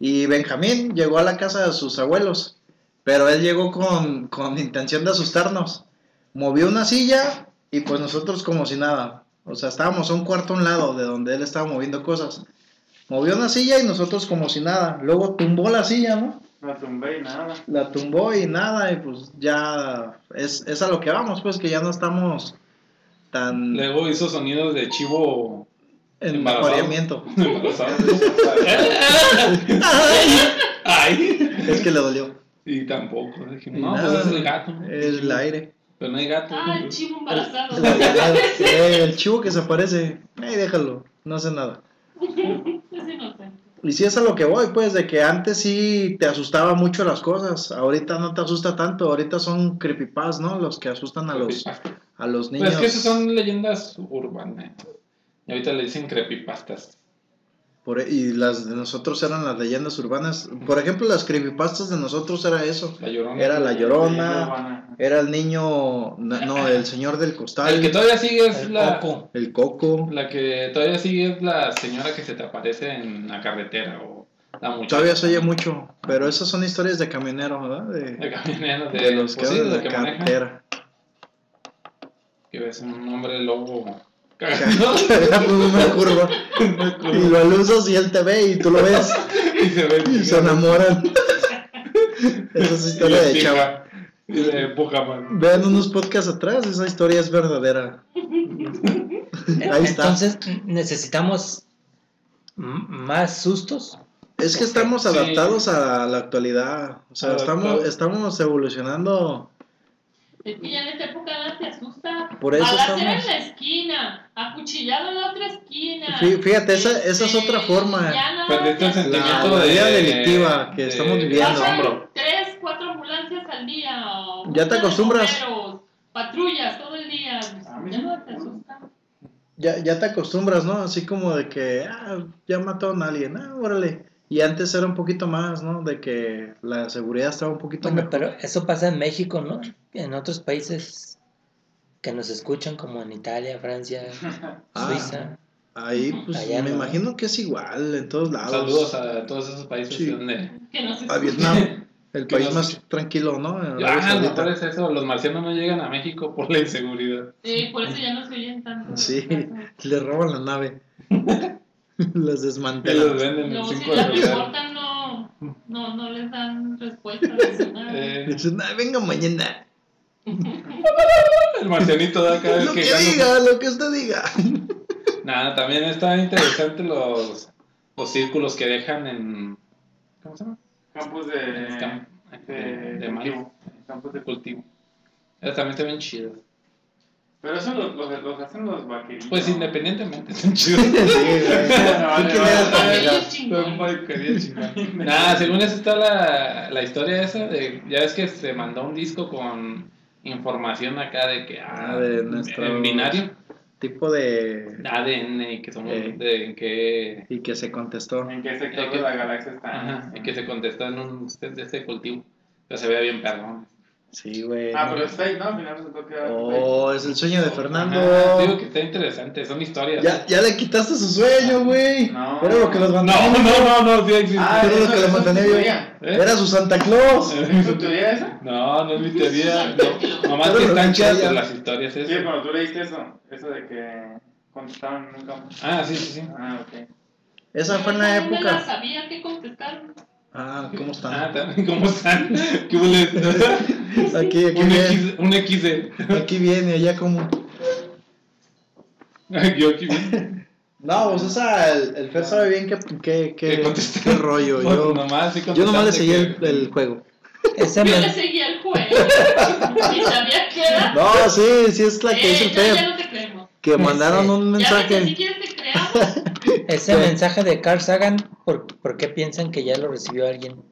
Speaker 5: Y Benjamín llegó a la casa de sus abuelos. Pero él llegó con, con intención de asustarnos. Movió una silla y pues nosotros como si nada. O sea, estábamos a un cuarto a un lado de donde él estaba moviendo cosas. Movió una silla y nosotros como si nada. Luego tumbó la silla, ¿no?
Speaker 8: La tumbé y nada.
Speaker 5: la tumbó y nada, y pues ya es, es a lo que vamos, pues que ya no estamos tan en
Speaker 3: Luego hizo sonidos de chivo embarazado.
Speaker 5: apareamiento.
Speaker 3: embarazado. Ay.
Speaker 5: Es que le dolió.
Speaker 3: Y tampoco. dije,
Speaker 5: Y
Speaker 3: no,
Speaker 5: nada,
Speaker 3: pues es el gato.
Speaker 5: Es el aire.
Speaker 3: Pero no hay gato.
Speaker 6: Ah, el chivo embarazado.
Speaker 5: Sí, el chivo que se aparece. Ay, déjalo, no hace nada.
Speaker 6: Es inocente.
Speaker 5: Y si es a lo que voy, pues, de que antes sí te asustaba mucho las cosas. Ahorita no te asusta tanto. Ahorita son creepypas, ¿no? Los que asustan a los, a los
Speaker 3: Pues
Speaker 5: niños.
Speaker 3: es que esas son leyendas urbanas. Y ahorita le dicen creepypastas.
Speaker 5: Por- e, y las de nosotros eran las leyendas urbanas. Por ejemplo, las creepypastas de nosotros era eso.
Speaker 3: La llorona.
Speaker 5: Era la
Speaker 8: Leyenda
Speaker 5: llorona,
Speaker 8: urbana.
Speaker 5: era el niño, no, no, el señor del costal,
Speaker 3: El que
Speaker 5: el,
Speaker 3: todavía sigue es
Speaker 4: El
Speaker 3: la.
Speaker 4: coco.
Speaker 5: coco.
Speaker 3: La que todavía sigue es la señora que se te aparece en la carretera o la muchacha.
Speaker 5: Todavía se oye mucho, pero esas son historias de camionero, ¿verdad?
Speaker 3: De
Speaker 5: De,
Speaker 3: camionero, de,
Speaker 5: de los que
Speaker 3: pues sí,
Speaker 5: andan
Speaker 3: de
Speaker 5: en
Speaker 3: que
Speaker 5: la
Speaker 3: maneja. <laughs>
Speaker 5: carretera.
Speaker 3: Que ves un hombre lobo.
Speaker 5: <laughs> Era pues, como una curva. <laughs> Y lo alusas y él te ve y tú lo ves
Speaker 3: y se ve.
Speaker 5: y
Speaker 3: <laughs>
Speaker 5: se enamoran. Esa es
Speaker 3: y le
Speaker 5: historia de
Speaker 3: pica,
Speaker 5: chava.
Speaker 3: Y le empuja, man.
Speaker 5: Vean unos podcasts atrás, esa historia es verdadera. Ahí está.
Speaker 4: ¿eh? Entonces necesitamos m- más sustos.
Speaker 5: Es que estamos
Speaker 3: Sí.
Speaker 5: adaptados a la actualidad. O sea, estamos,
Speaker 3: Adaptados.
Speaker 5: estamos evolucionando.
Speaker 6: Es que ya en esta época nada te asusta.
Speaker 5: Por eso
Speaker 6: Balacera
Speaker 5: estamos-
Speaker 6: en la esquina, acuchillado en la otra esquina.
Speaker 5: Fí- Fíjate, esa, esa es
Speaker 6: Este,
Speaker 5: otra forma.
Speaker 6: ya nada
Speaker 3: Perdiste el
Speaker 6: te asusta.
Speaker 3: este sentimiento
Speaker 5: La
Speaker 3: de.
Speaker 5: vida delictiva que
Speaker 3: de-
Speaker 5: estamos
Speaker 3: de
Speaker 5: viviendo.
Speaker 6: Pasan
Speaker 3: asombro.
Speaker 6: Tres, cuatro ambulancias al día. o
Speaker 5: Ya te
Speaker 6: muchos
Speaker 5: acostumbras.
Speaker 6: bomberos, Patrullas todo el día. Ya no te asusta.
Speaker 5: Ya, ya te acostumbras, ¿no? Así como de que ah, ya mataron a alguien, ah, órale. Y antes era un poquito más, ¿no? De que la seguridad estaba un poquito
Speaker 4: Bueno,
Speaker 5: mejor.
Speaker 4: pero eso pasa en México, ¿no? En otros países que nos escuchan, como en Italia, Francia,
Speaker 5: Ah.
Speaker 4: Suiza.
Speaker 5: Ahí, pues,
Speaker 4: Allá
Speaker 5: me
Speaker 4: no.
Speaker 5: imagino que es igual en todos lados.
Speaker 3: Saludos a todos esos países
Speaker 5: Sí.
Speaker 3: donde.
Speaker 6: Que no se
Speaker 5: a
Speaker 3: <laughs>
Speaker 5: Vietnam, el
Speaker 3: Que
Speaker 5: país
Speaker 3: nos-
Speaker 5: más tranquilo, ¿no? En Arabia
Speaker 3: Ah,
Speaker 5: Saudita.
Speaker 3: mejor es eso. Los marcianos no llegan a México por la inseguridad.
Speaker 6: Sí, por eso ya no se oyen tanto.
Speaker 5: Sí,
Speaker 6: Luego
Speaker 5: le roban
Speaker 3: <laughs>
Speaker 5: la nave. Las
Speaker 3: Que los
Speaker 5: desmantelan.
Speaker 3: venden en
Speaker 6: si
Speaker 3: cinco
Speaker 6: la
Speaker 3: dólares.
Speaker 6: reportan no, no, no les dan respuesta.
Speaker 3: <laughs>
Speaker 6: ni nada.
Speaker 3: Eh,
Speaker 5: Dicen, "Ah, venga mañana.
Speaker 3: el marcianito da cada vez
Speaker 5: Lo que
Speaker 3: gana.
Speaker 5: diga, lo que usted
Speaker 3: <laughs>
Speaker 5: diga.
Speaker 3: Nada, también está interesante los, los círculos que dejan en. ¿Cómo se llama?
Speaker 8: Campos
Speaker 3: En el
Speaker 8: de.
Speaker 3: campo, de, de maíz,
Speaker 8: cultivo. Campos de
Speaker 3: de cultivo. Esas también están bien chidas.
Speaker 8: Pero eso los lo, lo hacen los vaqueritos.
Speaker 3: Pues independientemente, están <laughs>
Speaker 5: Sí,
Speaker 3: chidas.
Speaker 5: güey.
Speaker 8: Vale,
Speaker 5: ¿Tú quién
Speaker 8: vale.
Speaker 5: eres para
Speaker 6: Vaquerillos
Speaker 5: negar?
Speaker 6: chingones.
Speaker 3: Son
Speaker 8: <laughs>
Speaker 3: porquerías chingonas. Nada, según eso está la, la historia esa. De, ya ves que se mandó un disco con información acá de que. Ah,
Speaker 5: Ah, de nuestro-
Speaker 3: En binario.
Speaker 5: tipo de
Speaker 3: ADN y que somos.
Speaker 5: Eh.
Speaker 3: De, en qué.
Speaker 5: y que se contestó.
Speaker 8: ¿En qué
Speaker 3: Eh,
Speaker 8: sector
Speaker 3: que-
Speaker 8: de la galaxia
Speaker 3: Ajá,
Speaker 8: están?
Speaker 3: y que se contestó en un de este cultivo. Pero se ve bien perrón.
Speaker 5: Sí, güey.
Speaker 8: Ah, pero es fake, ¿no? Al final resultó que era fake.
Speaker 5: Oh, es el sueño de
Speaker 3: Ajá, digo
Speaker 5: Fernando.
Speaker 3: que está interesante, son historias.
Speaker 5: Ya, ya le quitaste su sueño, güey.
Speaker 8: No.
Speaker 5: Era lo que los
Speaker 3: No,
Speaker 5: mantenía.
Speaker 3: no, no, no, sí existe.
Speaker 8: Ah,
Speaker 5: Era lo que
Speaker 8: eso-
Speaker 5: los
Speaker 8: eso es
Speaker 5: mantenía
Speaker 8: tu
Speaker 5: yo.
Speaker 8: teoría.
Speaker 3: ¿Eh?
Speaker 5: Era su Santa Claus.
Speaker 8: ¿Es tu
Speaker 3: <laughs>
Speaker 8: teoría esa?
Speaker 3: No, no es mi teoría. No, nomás
Speaker 5: Pero
Speaker 3: que
Speaker 5: lo
Speaker 3: están
Speaker 5: que
Speaker 3: chidas
Speaker 5: ya-
Speaker 3: pues, las historias
Speaker 8: Sí,
Speaker 3: esas.
Speaker 8: cuando tú leíste eso, eso de que contestaban en un campo.
Speaker 3: Ah, sí, sí, sí.
Speaker 8: Ah, ok.
Speaker 5: Esa fue en la
Speaker 6: Yo no me la
Speaker 5: época.
Speaker 6: sabía que contestar.
Speaker 5: Ah, ¿cómo
Speaker 3: Ah,
Speaker 5: están?
Speaker 3: también, ¿cómo están? <laughs> ¿Qué
Speaker 5: <laughs>
Speaker 3: huele?
Speaker 5: Pues Aquí, aquí
Speaker 3: un,
Speaker 5: viene.
Speaker 3: X, un XD.
Speaker 5: Aquí viene, allá como.
Speaker 3: <laughs> Yo aquí
Speaker 5: <laughs>
Speaker 3: vi.
Speaker 5: No, pues esa, el, el Fer sabe bien qué, qué, qué,
Speaker 3: ¿Qué contesté?
Speaker 5: qué
Speaker 3: <laughs>
Speaker 5: rollo.
Speaker 3: Bueno,
Speaker 5: Yo,
Speaker 3: nomás, sí
Speaker 5: yo nomás le
Speaker 3: contestaste
Speaker 5: seguí el,
Speaker 3: que-
Speaker 5: el juego.
Speaker 4: Ese
Speaker 6: Yo
Speaker 4: me-
Speaker 6: le seguía el
Speaker 5: <laughs>
Speaker 6: juego. Y sabía que era.
Speaker 5: No, sí, sí es la que dice
Speaker 6: eh,
Speaker 5: el
Speaker 6: no, ya
Speaker 5: Fer.
Speaker 6: no te creemos.
Speaker 5: Que mandaron un
Speaker 6: Ya ves que si
Speaker 5: mensaje.
Speaker 6: quieres
Speaker 5: <laughs>
Speaker 6: te creamos.
Speaker 4: Ese
Speaker 5: Sí.
Speaker 4: mensaje de Carl Sagan, ¿por, por qué piensan que ya lo recibió alguien?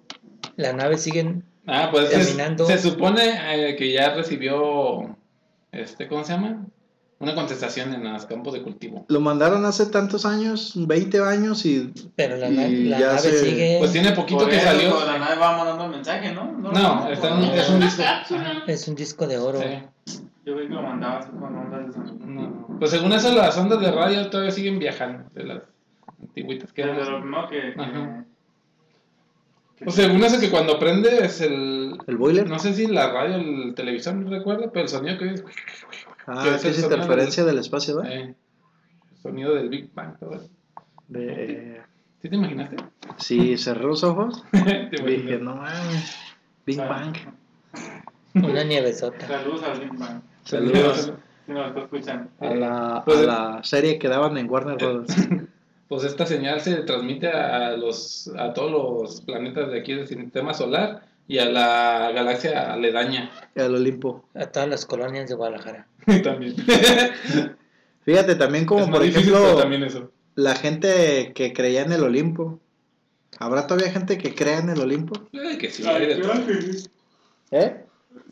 Speaker 4: La nave siguen.
Speaker 3: Ah, pues se,
Speaker 4: Caminando.
Speaker 3: se supone eh, que ya recibió. Este, ¿Cómo se llama? Una contestación en los campos de cultivo.
Speaker 5: Lo mandaron hace tantos años, 20 años, y
Speaker 4: Pero la,
Speaker 5: Y
Speaker 4: na- la
Speaker 5: ya
Speaker 4: nave
Speaker 5: se-
Speaker 4: sigue.
Speaker 3: Pues tiene poquito
Speaker 8: Por
Speaker 3: que
Speaker 8: eso,
Speaker 3: salió.
Speaker 8: por La nave va mandando el mensaje, ¿no?
Speaker 3: No,
Speaker 8: por-
Speaker 3: está en- es un
Speaker 6: Una
Speaker 3: disco.
Speaker 5: <laughs>
Speaker 6: cápsula.
Speaker 4: Es un disco de oro.
Speaker 3: Sí.
Speaker 8: Yo vi que lo mandaba así con ondas de sonido.
Speaker 3: No. Pues según eso, las ondas de radio todavía siguen viajando, de las antiguitas que
Speaker 8: Que
Speaker 3: eran.
Speaker 8: de lo primero que. que-
Speaker 3: Ajá. Pues según eso, que cuando prendes el.
Speaker 5: el boiler.
Speaker 3: No sé si la radio, el televisor, no recuerdo, pero el sonido que oyes.
Speaker 5: ah,
Speaker 3: que
Speaker 5: que
Speaker 3: es
Speaker 5: es
Speaker 3: el sonido
Speaker 5: interferencia del espacio, ¿verdad?
Speaker 3: eh, el sonido del Big Bang. todo.
Speaker 5: De-
Speaker 3: ¿Sí te imaginaste? <laughs>
Speaker 5: Sí, cerré los ojos,
Speaker 3: Te
Speaker 5: dije,
Speaker 3: imaginas.
Speaker 5: no mames, Big
Speaker 8: Ah.
Speaker 5: Bang.
Speaker 3: eh,
Speaker 4: Una nievesota.
Speaker 8: Saludos al Big Bang.
Speaker 5: Saludos
Speaker 8: Si nos está escuchando.
Speaker 5: a la, a
Speaker 3: Pues- eh.
Speaker 5: la serie que daban en Warner Bros.
Speaker 3: Pues esta señal se transmite a, los, a todos los planetas de aquí del sistema solar y a la galaxia aledaña <laughs>
Speaker 5: el Olimpo.
Speaker 4: A todas las colonias de Guadalajara.
Speaker 3: también.
Speaker 5: Fíjate, también como
Speaker 3: Es más
Speaker 5: por
Speaker 3: difícil,
Speaker 5: ejemplo,
Speaker 3: pero también eso.
Speaker 5: la gente que creía en el Olimpo. ¿Habrá todavía gente que crea en el Olimpo?
Speaker 3: Ay, Eh, que sí, hay
Speaker 8: Ay,
Speaker 3: de todo.
Speaker 8: creo que sí.
Speaker 5: ¿Eh?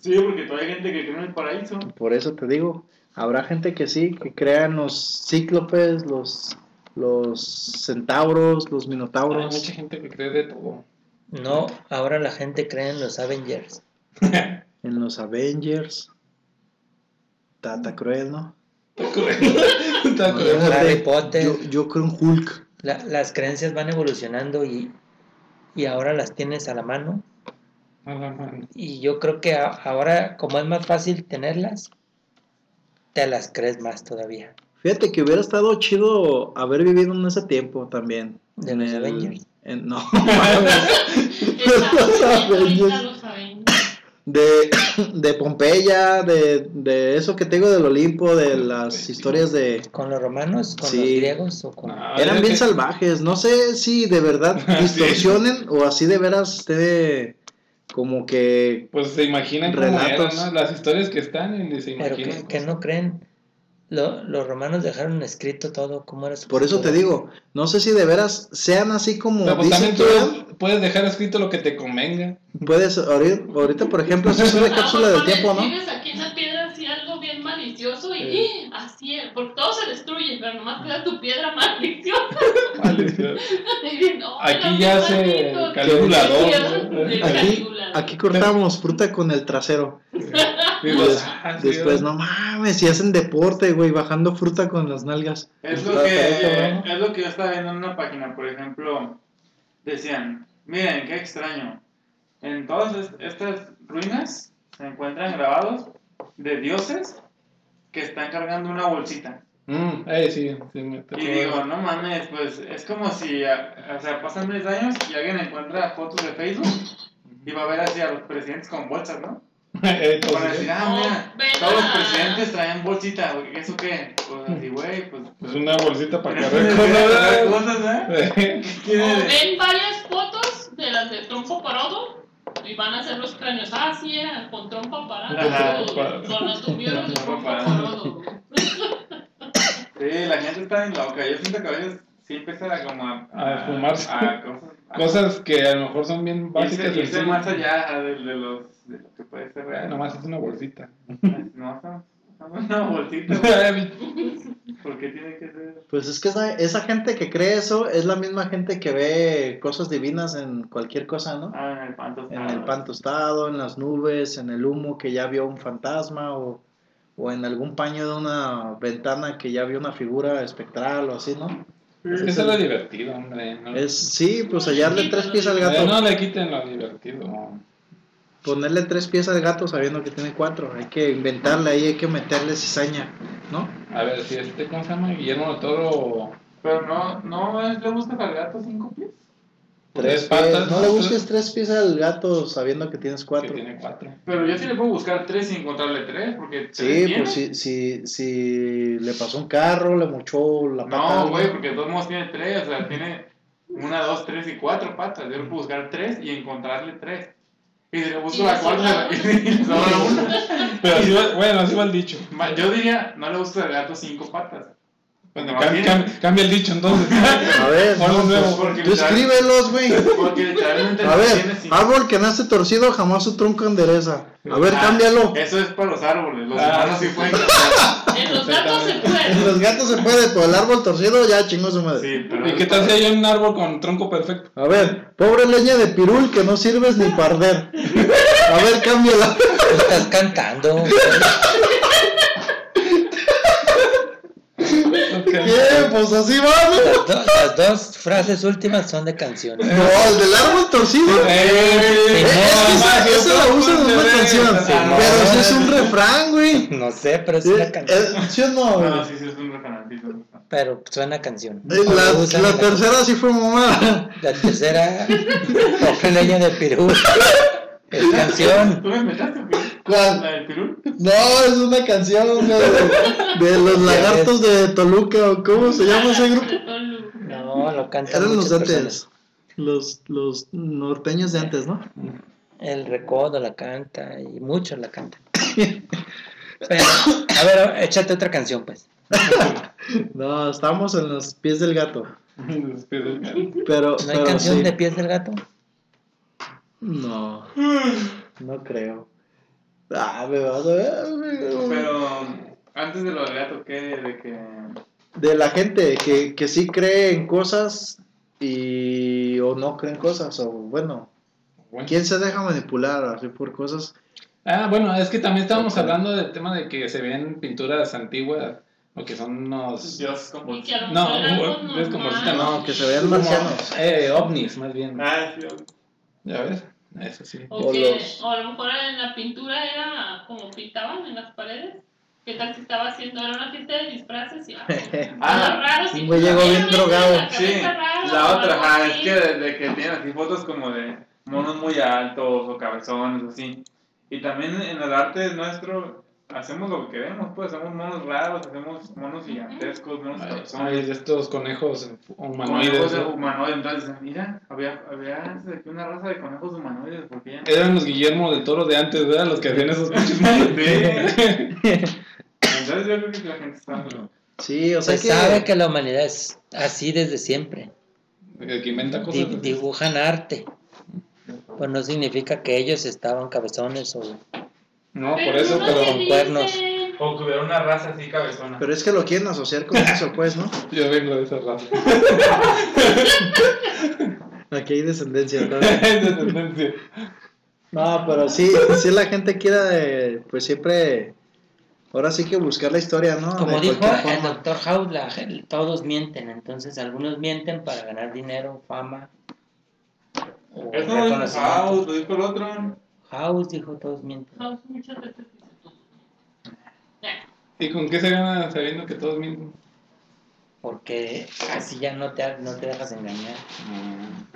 Speaker 8: Sí, porque todavía hay gente que cree en el paraíso.
Speaker 5: Por eso te digo, habrá gente que sí, que crea en los cíclopes, los, los centauros, los
Speaker 3: Hay
Speaker 5: minotauros.
Speaker 3: mucha gente que cree de todo.
Speaker 4: No, ahora la gente cree en los Avengers.
Speaker 5: En los Avengers. Tata cruel, ¿no?
Speaker 3: Está correcto. Está
Speaker 4: Oye,
Speaker 3: correcto.
Speaker 4: Harry Potter.
Speaker 5: Yo, yo creo en Hulk.
Speaker 4: La- las creencias van evolucionando y, y ahora las tienes a la mano.
Speaker 3: A la mano.
Speaker 4: Y yo creo que a- ahora, como es más fácil tenerlas, te las crees más todavía.
Speaker 5: Fíjate que hubiera estado chido haber vivido en ese tiempo también.
Speaker 4: ¿De
Speaker 5: en
Speaker 4: los
Speaker 5: el-
Speaker 4: Avengers?
Speaker 5: en- no, <laughs> mames.
Speaker 6: Estamos viendo ahorita
Speaker 5: Avengers.
Speaker 6: los Avengers.
Speaker 5: de, <coughs> de Pompeya, de, de eso que tengo del Olimpo, de las historias de...
Speaker 4: ¿Con los romanos? ¿Con
Speaker 5: Sí.
Speaker 4: los griegos? ¿O con...
Speaker 3: Ah,
Speaker 5: Eran
Speaker 3: es
Speaker 5: bien
Speaker 3: que-
Speaker 5: salvajes, no sé si de verdad
Speaker 3: Sí.
Speaker 5: distorsionen o así de veras esté como que...
Speaker 3: Pues se imaginan cómo
Speaker 5: Relatos.
Speaker 3: eran, ¿no? las historias que están y se
Speaker 4: Pero
Speaker 3: imaginan.
Speaker 4: que, que no creen. Lo- los romanos dejaron escrito todo cómo era su
Speaker 5: Por eso te
Speaker 4: cultura.
Speaker 5: digo, no sé si de veras sean así como
Speaker 3: Pero pues
Speaker 5: dicen
Speaker 3: también
Speaker 5: que
Speaker 3: tú
Speaker 5: eran.
Speaker 3: puedes dejar escrito lo que te
Speaker 5: <laughs>
Speaker 3: convenga.
Speaker 5: Puedes, ahorita, ahorita, por ejemplo, eso es una cápsula del tiempo, ¿no?
Speaker 6: Tienes aquí en la piedra así algo bien malicioso y ¡eh! así es, porque todo se destruye, pero nomás queda tu piedra maliciosa. <laughs> Y dicen, "No,
Speaker 3: Aquí
Speaker 6: era
Speaker 3: ya
Speaker 6: muy
Speaker 3: se
Speaker 6: bonito".
Speaker 3: calcula
Speaker 6: Sí,
Speaker 3: dos,
Speaker 6: piedra
Speaker 3: ¿no?
Speaker 6: de
Speaker 5: Aquí,
Speaker 6: calcula.
Speaker 5: aquí cortamos fruta con el trasero.
Speaker 3: Y
Speaker 5: Y
Speaker 3: pues,
Speaker 5: des-
Speaker 3: ah, sí,
Speaker 5: después,
Speaker 3: ¿verdad?
Speaker 5: no mames, si hacen deporte, güey, bajando fruta con las nalgas.
Speaker 8: Es
Speaker 5: Está
Speaker 8: lo, que,
Speaker 5: perro,
Speaker 8: es lo que yo estaba viendo en una página, por ejemplo, decían, miren, qué extraño, en todas est- estas ruinas se encuentran grabados de dioses que están cargando una bolsita.
Speaker 3: Mm, eh, sí, sí, me tocó. <laughs>
Speaker 8: Y digo, no mames, pues es como si, a- o sea, pasan 10 años y alguien encuentra fotos de Facebook y va a ver así a los presidentes con bolsas, ¿no?
Speaker 3: Eh, pues,
Speaker 8: Van a decir,
Speaker 6: No,
Speaker 8: ah, mira,
Speaker 6: vela.
Speaker 8: todos los presidentes traen bolsita, güey, ¿eso qué? Pues así, güey, pues...
Speaker 3: pues una bolsita
Speaker 8: <laughs>
Speaker 3: para cargar
Speaker 8: Cosas,
Speaker 3: cosas.
Speaker 8: ¿eh?
Speaker 3: Eh,
Speaker 8: Tiene
Speaker 6: O
Speaker 8: de-
Speaker 6: ven varias fotos de las de trompo parado y van a hacer los cráneos. Ah, sí, era con trompa
Speaker 8: Ajá.
Speaker 6: parado. Con anatomía de trompo
Speaker 8: Trompa
Speaker 6: parado.
Speaker 8: Sí, la gente está en loca. Yo siento que a veces sí empieza a como a,
Speaker 3: A fumarse.
Speaker 8: a cosas,
Speaker 3: <laughs>
Speaker 8: a-
Speaker 3: Cosas que a lo mejor son bien
Speaker 8: irse,
Speaker 3: básicas.
Speaker 8: irse
Speaker 3: sencillas.
Speaker 8: más allá de, de los de lo que puede ser
Speaker 3: Eh,
Speaker 8: real.
Speaker 3: nomás es una
Speaker 8: <laughs>
Speaker 3: bolsita.
Speaker 8: No, no, no, una bolsita. güey. ¿Por qué tiene que ser?
Speaker 5: Pues es que esa, esa gente que cree eso es la misma gente que ve cosas divinas en cualquier cosa, ¿no?
Speaker 8: Ah, en el pan
Speaker 5: En
Speaker 8: tostado.
Speaker 5: el pan tostado, en las nubes, en el humo que ya vio un fantasma o, o en algún paño de una ventana que ya vio una figura espectral o así, ¿no?
Speaker 3: <laughs> Es que eso es lo divertido, hombre. No,
Speaker 5: Es, sí, pues hallarle tres pies al
Speaker 3: Eh, no
Speaker 5: gato.
Speaker 3: le quiten lo divertido.
Speaker 5: Ponerle tres pies al gato sabiendo que tiene cuatro. Hay que inventarle ahí, hay que meterle cizaña, ¿no?
Speaker 3: A ver, si este, ¿cómo se llama? Guillermo del Toro.
Speaker 8: Pero no, no es le buscas al gato cinco pies.
Speaker 3: Tres
Speaker 5: pies.
Speaker 3: patas.
Speaker 5: No le busques tres pies al gato sabiendo que tienes
Speaker 3: Que
Speaker 5: cuatro.
Speaker 3: tiene cuatro.
Speaker 8: Pero yo sí le puedo buscar tres sin encontrarle tres, porque tres
Speaker 5: Sí,
Speaker 8: tiene.
Speaker 5: pues si, si, si le pasó un carro, le mochó la pata. a
Speaker 8: No,
Speaker 5: alguien.
Speaker 8: güey, porque de todos modos tiene tres, o sea, tiene una, dos, tres y cuatro patas. Yo le puedo buscar tres y encontrarle tres. Y si le busco
Speaker 6: Y
Speaker 8: la
Speaker 6: le sobra
Speaker 8: cuarta, <laughs> y le sobra una. <laughs>
Speaker 3: Pero así va, bueno, así va el dicho.
Speaker 8: Ma- Yo diría, no le gusta al gato cinco patas. Cuando
Speaker 3: Cam- cam- Cambia el dicho entonces.
Speaker 5: A ver,
Speaker 3: <laughs> Ponlo
Speaker 5: no, pues,
Speaker 3: nuevo.
Speaker 8: porque
Speaker 5: tú escríbelos, güey.
Speaker 8: <laughs> Porque literalmente
Speaker 5: A
Speaker 8: lo
Speaker 5: ver,
Speaker 8: tienes sin-
Speaker 5: árbol que nace torcido jamás su tronco endereza. A ver,
Speaker 8: Ah,
Speaker 5: cámbialo.
Speaker 8: Eso es para los árboles. Los
Speaker 3: Ah.
Speaker 8: humanos sí pueden.
Speaker 6: En los gatos se
Speaker 5: Los
Speaker 6: puede.
Speaker 5: gatos se puede, pero el árbol torcido ya chingó su madre.
Speaker 8: Sí, pero.
Speaker 3: ¿Y qué tal si hay un árbol con tronco perfecto?
Speaker 5: A ver, pobre leña de pirul que no sirves ni para arder. A ver, cámbiala.
Speaker 4: Tú estás cantando. güey.
Speaker 5: Bien, pues así va, ¿no?
Speaker 4: Las, do- las dos frases últimas son de
Speaker 5: <laughs>
Speaker 4: canciones.
Speaker 5: No, el del árbol torcido. Eh, esa, esa la usan en una canción. Pero eso es un refrán, güey.
Speaker 4: No sé, pero es
Speaker 5: Sí,
Speaker 4: una canción.
Speaker 5: eh, ¿Sí o no? güey?
Speaker 8: No, sí, sí, es un referentito.
Speaker 4: Pero suena a canción.
Speaker 5: Eh, La,
Speaker 4: Lo usan
Speaker 5: la
Speaker 4: en la-
Speaker 5: tercera sí fue mamada.
Speaker 4: La tercera, <laughs> Pobre leña de
Speaker 5: <laughs>
Speaker 4: Pirú. Es canción.
Speaker 8: ¿Tú me inventaste, güey?
Speaker 5: ¿Cuál?
Speaker 8: ¿La del pirul?
Speaker 5: No, es una canción güey, de,
Speaker 4: <laughs>
Speaker 5: de los lagartos de Toluca o cómo se llama ese grupo.
Speaker 4: No, lo cantan
Speaker 5: Eran los
Speaker 4: muchas
Speaker 5: de antes.
Speaker 4: personas.
Speaker 5: Los, los norteños de antes, ¿no?
Speaker 4: El recodo la canta y muchos la
Speaker 5: <laughs>
Speaker 4: cantan. Pero, a ver, échate otra canción, pues.
Speaker 5: No, estamos en los pies del gato.
Speaker 3: Los pies del gato.
Speaker 5: Pero,
Speaker 4: ¿No hay
Speaker 5: pero
Speaker 4: canción
Speaker 5: sí.
Speaker 4: de pies del gato?
Speaker 5: No, no creo. Ah, me vas a ver. me-
Speaker 8: Pero. Antes de lo del gato, ¿qué? De que.
Speaker 5: De la gente que, que sí cree en cosas y o no cree en cosas, o bueno, ¿quién se deja manipular así por cosas? <laughs>
Speaker 3: Ah, bueno, es que también estábamos hablando del tema de que se ven pinturas antiguas, o que son unos...
Speaker 8: Dios, como.
Speaker 6: Y que a lo
Speaker 3: No,
Speaker 6: mejor era algo
Speaker 3: es como si te-
Speaker 6: normal.
Speaker 5: No, que se vean marcianos.
Speaker 3: Eh, ovnis, más bien.
Speaker 8: Ah, sí, Dios.
Speaker 3: Ya ves, eso sí.
Speaker 6: O,
Speaker 5: O
Speaker 6: que-
Speaker 5: los-
Speaker 6: o a lo mejor en la pintura era como pintaban en las paredes. ¿Qué tal si estaba haciendo? Era una fiesta de disfraces y ah,
Speaker 8: Ah,
Speaker 6: raro,
Speaker 5: un güey llegó bien drogado.
Speaker 8: Sí, la otra, ajá, es que desde que tienen así fotos como de monos muy altos o cabezones, así. Y también en el arte nuestro hacemos lo que queremos, pues hacemos monos raros, hacemos monos gigantescos, monos
Speaker 3: Ay,
Speaker 8: cabezones.
Speaker 3: de estos conejos humanoides.
Speaker 8: Conejos
Speaker 3: ¿no?
Speaker 8: Ah, humanoides, entonces, mira, había, había antes aquí una raza de conejos humanoides, porque ya.
Speaker 3: Eran los Guillermo del Toro de antes, ¿verdad? Los que hacían esos pinches monos.
Speaker 8: <laughs> Sí. Entonces yo creo que la gente está.
Speaker 5: Sí, o sea
Speaker 4: Se
Speaker 5: que.
Speaker 4: sabe que la humanidad es así desde siempre.
Speaker 3: El <laughs> que inventa
Speaker 4: Di-
Speaker 3: cosas.
Speaker 4: dibujan arte. Pues no significa que ellos estaban cabezones o...
Speaker 3: No, por eso,
Speaker 4: pero
Speaker 3: pero
Speaker 4: cuernos.
Speaker 8: O que hubiera una raza así cabezona.
Speaker 5: Pero es que lo quieren asociar
Speaker 4: <laughs>
Speaker 5: con eso, pues, ¿no?
Speaker 3: yo vengo de esa raza. <laughs>
Speaker 5: Aquí hay descendencia.
Speaker 4: <laughs>
Speaker 5: ¿no?
Speaker 3: Es descendencia.
Speaker 5: No, pero sí, sí la gente quiere, eh, pues siempre, ahora sí que buscar la historia, ¿no?
Speaker 4: Como
Speaker 5: Ah, De
Speaker 4: dijo
Speaker 5: cualquier
Speaker 4: el
Speaker 5: forma.
Speaker 4: doctor House, la gen- todos mienten, entonces algunos mienten para ganar dinero, fama. O
Speaker 8: Eso no es
Speaker 4: reconocimiento.
Speaker 3: ah,
Speaker 8: House, lo dijo el otro.
Speaker 4: House dijo todos mienten.
Speaker 6: No, muchas veces dice tú. Ya.
Speaker 3: ¿Y con qué se gana sabiendo que todos mienten?
Speaker 4: Porque así ya no te, no te dejas engañar. Mm.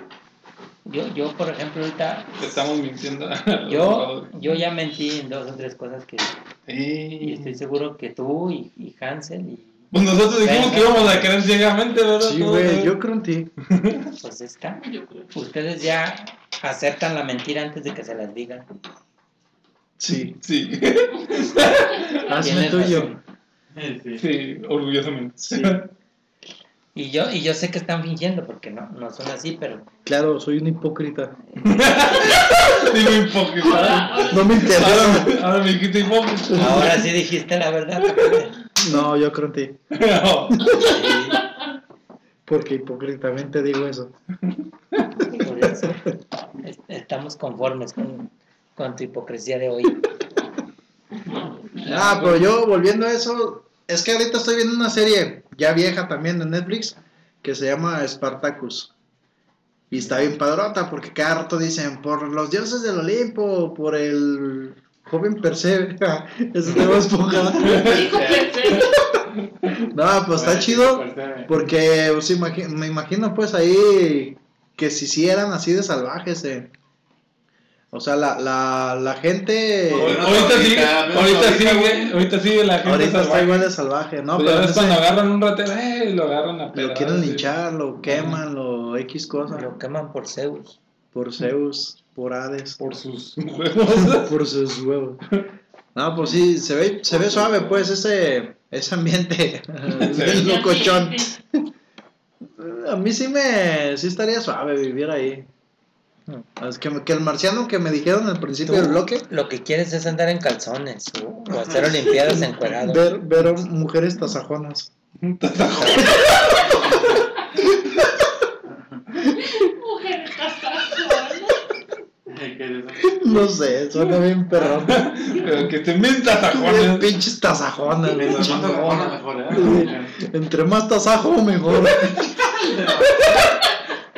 Speaker 4: Yo, yo, por ejemplo, ahorita,
Speaker 3: Te Estamos mintiendo. <laughs>
Speaker 4: yo, yo ya mentí en dos o tres cosas que y
Speaker 3: Sí.
Speaker 6: Mm.
Speaker 4: estoy seguro que tú y, y Hansel y
Speaker 3: Pues nosotros dijimos que íbamos a creer ciegamente, ¿verdad?
Speaker 5: Sí, güey, yo creo en ti.
Speaker 4: pues está.
Speaker 6: Yo creo.
Speaker 4: Ustedes ya aceptan la mentira antes de que se las digan.
Speaker 5: Sí,
Speaker 3: Sí, <laughs>
Speaker 5: hazme
Speaker 4: Tienes
Speaker 5: tuyo.
Speaker 4: razón.
Speaker 8: Sí, sí.
Speaker 3: sí, orgullosamente.
Speaker 5: Sí,
Speaker 4: Y yo, y yo sé que están fingiendo porque no, no son así, pero
Speaker 5: claro, soy un hipócrita.
Speaker 3: <laughs> Digo hipócrita.
Speaker 4: Ah,
Speaker 6: Ahora, ahora
Speaker 5: No me interesa.
Speaker 3: Ahora, ahora me dijiste hipócrita.
Speaker 4: ahora sí dijiste la verdad.
Speaker 5: No, yo creo en ti.
Speaker 3: <laughs> No.
Speaker 5: Porque hipócritamente digo eso.
Speaker 4: Por eso es- estamos conformes con, con tu hipocresía de hoy.
Speaker 5: Ah, pero yo volviendo a eso, es que ahorita estoy viendo una serie ya vieja también de Netflix que se llama Spartacus. Y está bien padrota porque cada rato dicen por los dioses del Olimpo, por el joven Perseo. <laughs> Eso te va
Speaker 3: <laughs>
Speaker 5: a esponjar.
Speaker 6: Dijo perfecto.
Speaker 5: No, pues está chido porque pues, imagi- me imagino pues ahí que si sí eran así de salvajes. eh. O sea, la, la, la gente...
Speaker 8: Bueno,
Speaker 3: ahorita sigue,
Speaker 8: ahorita,
Speaker 3: ahorita
Speaker 8: ahorita,
Speaker 3: sigue, ahorita sigue Pues, la gente
Speaker 5: Ahorita está
Speaker 3: salvaje.
Speaker 5: igual de salvaje, ¿no?
Speaker 3: Pues ya
Speaker 5: Pero en
Speaker 3: ves
Speaker 5: ese-
Speaker 3: cuando agarran un ratero, eh, lo agarran a
Speaker 5: Lo
Speaker 3: pedradas,
Speaker 5: quieren
Speaker 3: sí.
Speaker 5: linchar, lo queman, lo X cosa.
Speaker 4: Lo queman por Zeus.
Speaker 7: <laughs>
Speaker 5: Por Zeus, por Hades,
Speaker 3: Por sus huevos.
Speaker 5: por sus huevos. No, pues sí, se ve, se ve suave, pues, ese, ese
Speaker 7: <laughs>
Speaker 5: ambiente <laughs> del locochón. A mí sí me, sí estaría suave vivir ahí. Es que, que el marciano que me dijeron al principio del bloque,
Speaker 4: Lo que quieres es andar en calzones o, o
Speaker 5: <laughs>
Speaker 4: hacer olimpiadas encuerado.
Speaker 5: ver, ver a mujeres tasajonas.
Speaker 6: Mujer casada.
Speaker 8: ¿Qué es eso?
Speaker 5: <laughs> No sé, suena bien perrón.
Speaker 7: <laughs> Pero que te mientas
Speaker 5: <laughs>
Speaker 7: a
Speaker 5: Bien
Speaker 7: Juan.
Speaker 5: pinches tasajonas, güey,
Speaker 8: Mientras más te
Speaker 5: chingón.
Speaker 8: acojonas, mejor, ¿eh?
Speaker 5: Entre más tasajo, mejor.
Speaker 7: <laughs>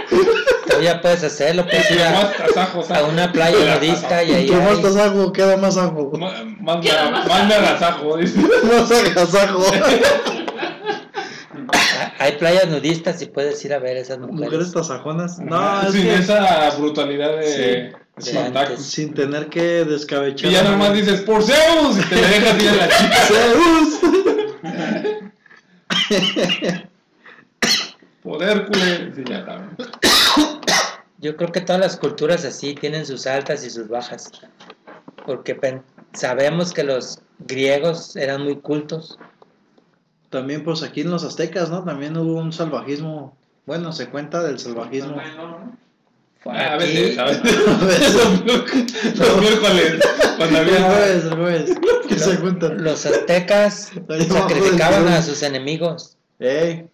Speaker 4: Tú ya puedes hacerlo, puedes ir a,
Speaker 7: Más tasajos.
Speaker 4: a una playa nudista y ahí.
Speaker 5: Entre más
Speaker 4: hay-
Speaker 5: tasajo, queda más ajo.
Speaker 7: <laughs> Más más me más me agasajo, dice.
Speaker 5: <laughs> Más agasajo.
Speaker 4: <laughs> a- Hay playas nudistas y puedes ir a ver esas
Speaker 5: Mujeres
Speaker 4: mujeres.
Speaker 5: tasajonas.
Speaker 7: <laughs>
Speaker 5: No, es
Speaker 7: Sin
Speaker 5: que
Speaker 7: esa brutalidad de.
Speaker 4: Sí,
Speaker 7: de
Speaker 4: de
Speaker 7: ataque.
Speaker 4: antes.
Speaker 5: sin tener que descabechar.
Speaker 7: Y ya
Speaker 5: a-
Speaker 7: nomás dices, por Zeus, y te le dejas ir a la chica.
Speaker 5: Zeus.
Speaker 7: <laughs> Por Hércules. Y ya está.
Speaker 4: Yo creo que todas las culturas así tienen sus altas y sus bajas. Porque pen- sabemos que los griegos eran muy cultos.
Speaker 5: También pues aquí en los aztecas, ¿no? También hubo un salvajismo. Bueno, se cuenta del salvajismo.
Speaker 7: A
Speaker 4: Aquí-
Speaker 7: veces, a
Speaker 4: <laughs>
Speaker 7: veces.
Speaker 5: <laughs> No.
Speaker 7: <laughs> Los miércoles, cuando
Speaker 5: Al
Speaker 7: había.
Speaker 5: revés, al
Speaker 7: <laughs>
Speaker 5: revés. Que se cuenta.
Speaker 4: Los aztecas
Speaker 5: <laughs> Ahí abajo del
Speaker 4: sacrificaban
Speaker 5: todo.
Speaker 4: a sus enemigos.
Speaker 5: Ey,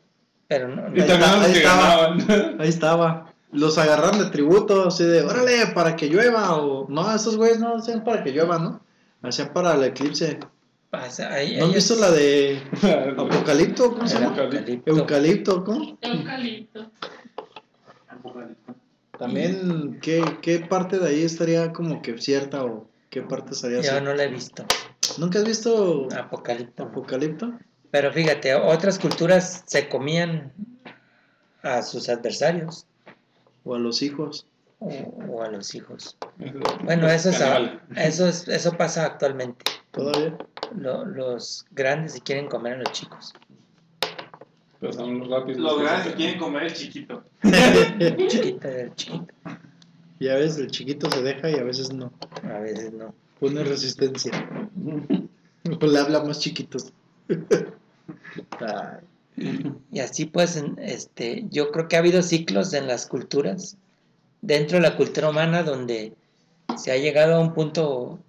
Speaker 4: Pero no,
Speaker 7: Y
Speaker 4: no-
Speaker 7: también los
Speaker 5: Ahí
Speaker 7: que
Speaker 5: estaba. <laughs> pues,
Speaker 7: ganaban.
Speaker 5: ahí estaba. Los agarran de tributo, así de, órale, para que llueva. O, no, esos güeyes no hacían para que llueva, ¿no? Hacían para el eclipse.
Speaker 4: pasa- ahí-
Speaker 5: ¿No han
Speaker 4: ahí
Speaker 5: visto
Speaker 4: es-
Speaker 5: la de Apocalipto? ¿Cómo se
Speaker 4: el
Speaker 5: llama?
Speaker 4: eucalipto.
Speaker 5: Eucalipto, ¿cómo?
Speaker 6: Eucalipto.
Speaker 5: También, ¿qué, ¿qué parte de ahí estaría como que cierta o qué parte estaría
Speaker 4: Yo
Speaker 5: cierta?
Speaker 4: no Ah. la he visto.
Speaker 5: ¿Nunca has visto
Speaker 4: Apocalipto.
Speaker 5: Apocalipto?
Speaker 4: Pero fíjate, otras culturas se comían a sus adversarios
Speaker 5: ¿O a los hijos?
Speaker 4: o, o a los hijos. Bueno, eso, es,
Speaker 7: Carnaval.
Speaker 4: eso, es- eso pasa actualmente. <laughs>
Speaker 5: ¿Todavía? <laughs>
Speaker 4: Lo- los grandes se quieren comer a los chicos.
Speaker 7: Pero son los rápidos.
Speaker 8: Los grandes que
Speaker 7: <laughs>
Speaker 8: quieren comer el chiquito.
Speaker 4: El chiquito del chiquito.
Speaker 5: Y a veces el chiquito se deja y a veces no.
Speaker 4: A veces no.
Speaker 5: Pone resistencia. O le habla más chiquitos. <laughs> Ay,
Speaker 4: Y así pues, en- este, yo creo que ha habido ciclos en las culturas, dentro de la cultura humana, donde se ha llegado a un punto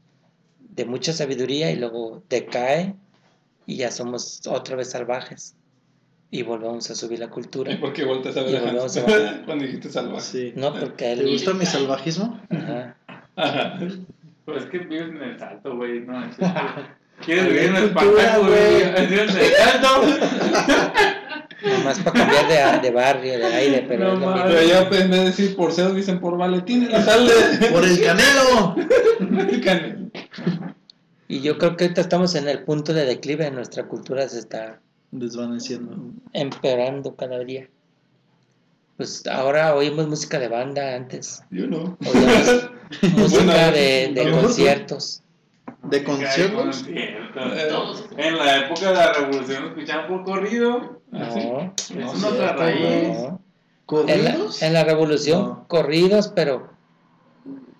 Speaker 4: de mucha sabiduría y luego decae y ya somos otra vez salvajes y volvemos a subir la
Speaker 7: ¿Y
Speaker 4: cultura.
Speaker 7: por qué volteas a
Speaker 4: Y
Speaker 7: ver a
Speaker 4: volvemos
Speaker 7: Hans?
Speaker 4: a bajar.
Speaker 7: <laughs> Cuando dijiste salvaje.
Speaker 5: sí.
Speaker 4: No, porque
Speaker 5: ¿Te
Speaker 4: él...
Speaker 5: gusta
Speaker 4: <laughs>
Speaker 5: mi salvajismo?
Speaker 4: Ajá.
Speaker 7: Ajá.
Speaker 8: Pero es que vives en el salto, güey. No, es-
Speaker 5: Ah,
Speaker 8: ¿Quieres
Speaker 5: Ahí
Speaker 8: vivir en
Speaker 5: hay
Speaker 8: el
Speaker 5: cultura,
Speaker 8: espantajo,
Speaker 5: güey.
Speaker 8: güey? ¿Vives en el salto?
Speaker 4: Nomás para cambiar de, a- de barrio, de aire, pero
Speaker 7: No
Speaker 4: es lo mismo.
Speaker 7: mames. Pero ya pues, en vez de decir por Zeus, dicen por Valentín en la tarde.
Speaker 5: ¡Por el canelo!
Speaker 4: Y yo creo que ahorita estamos en el punto de declive, nuestra cultura se está
Speaker 5: Desvaneciendo.
Speaker 4: empeorando cada día. Pues ahora oímos música de banda antes,
Speaker 7: Yo no.
Speaker 4: oíamos
Speaker 5: <laughs>
Speaker 4: música de, de
Speaker 5: bueno.
Speaker 4: conciertos.
Speaker 5: ¿De conciertos?
Speaker 8: conciertos. En la época de la revolución escuchaban por corrido.
Speaker 5: Ah,
Speaker 4: No,
Speaker 8: Es
Speaker 7: sí,
Speaker 8: una otra
Speaker 5: cierto,
Speaker 8: raíz.
Speaker 4: no. En la,
Speaker 5: ¿Corridos?
Speaker 4: en la revolución,
Speaker 5: No.
Speaker 4: corridos, pero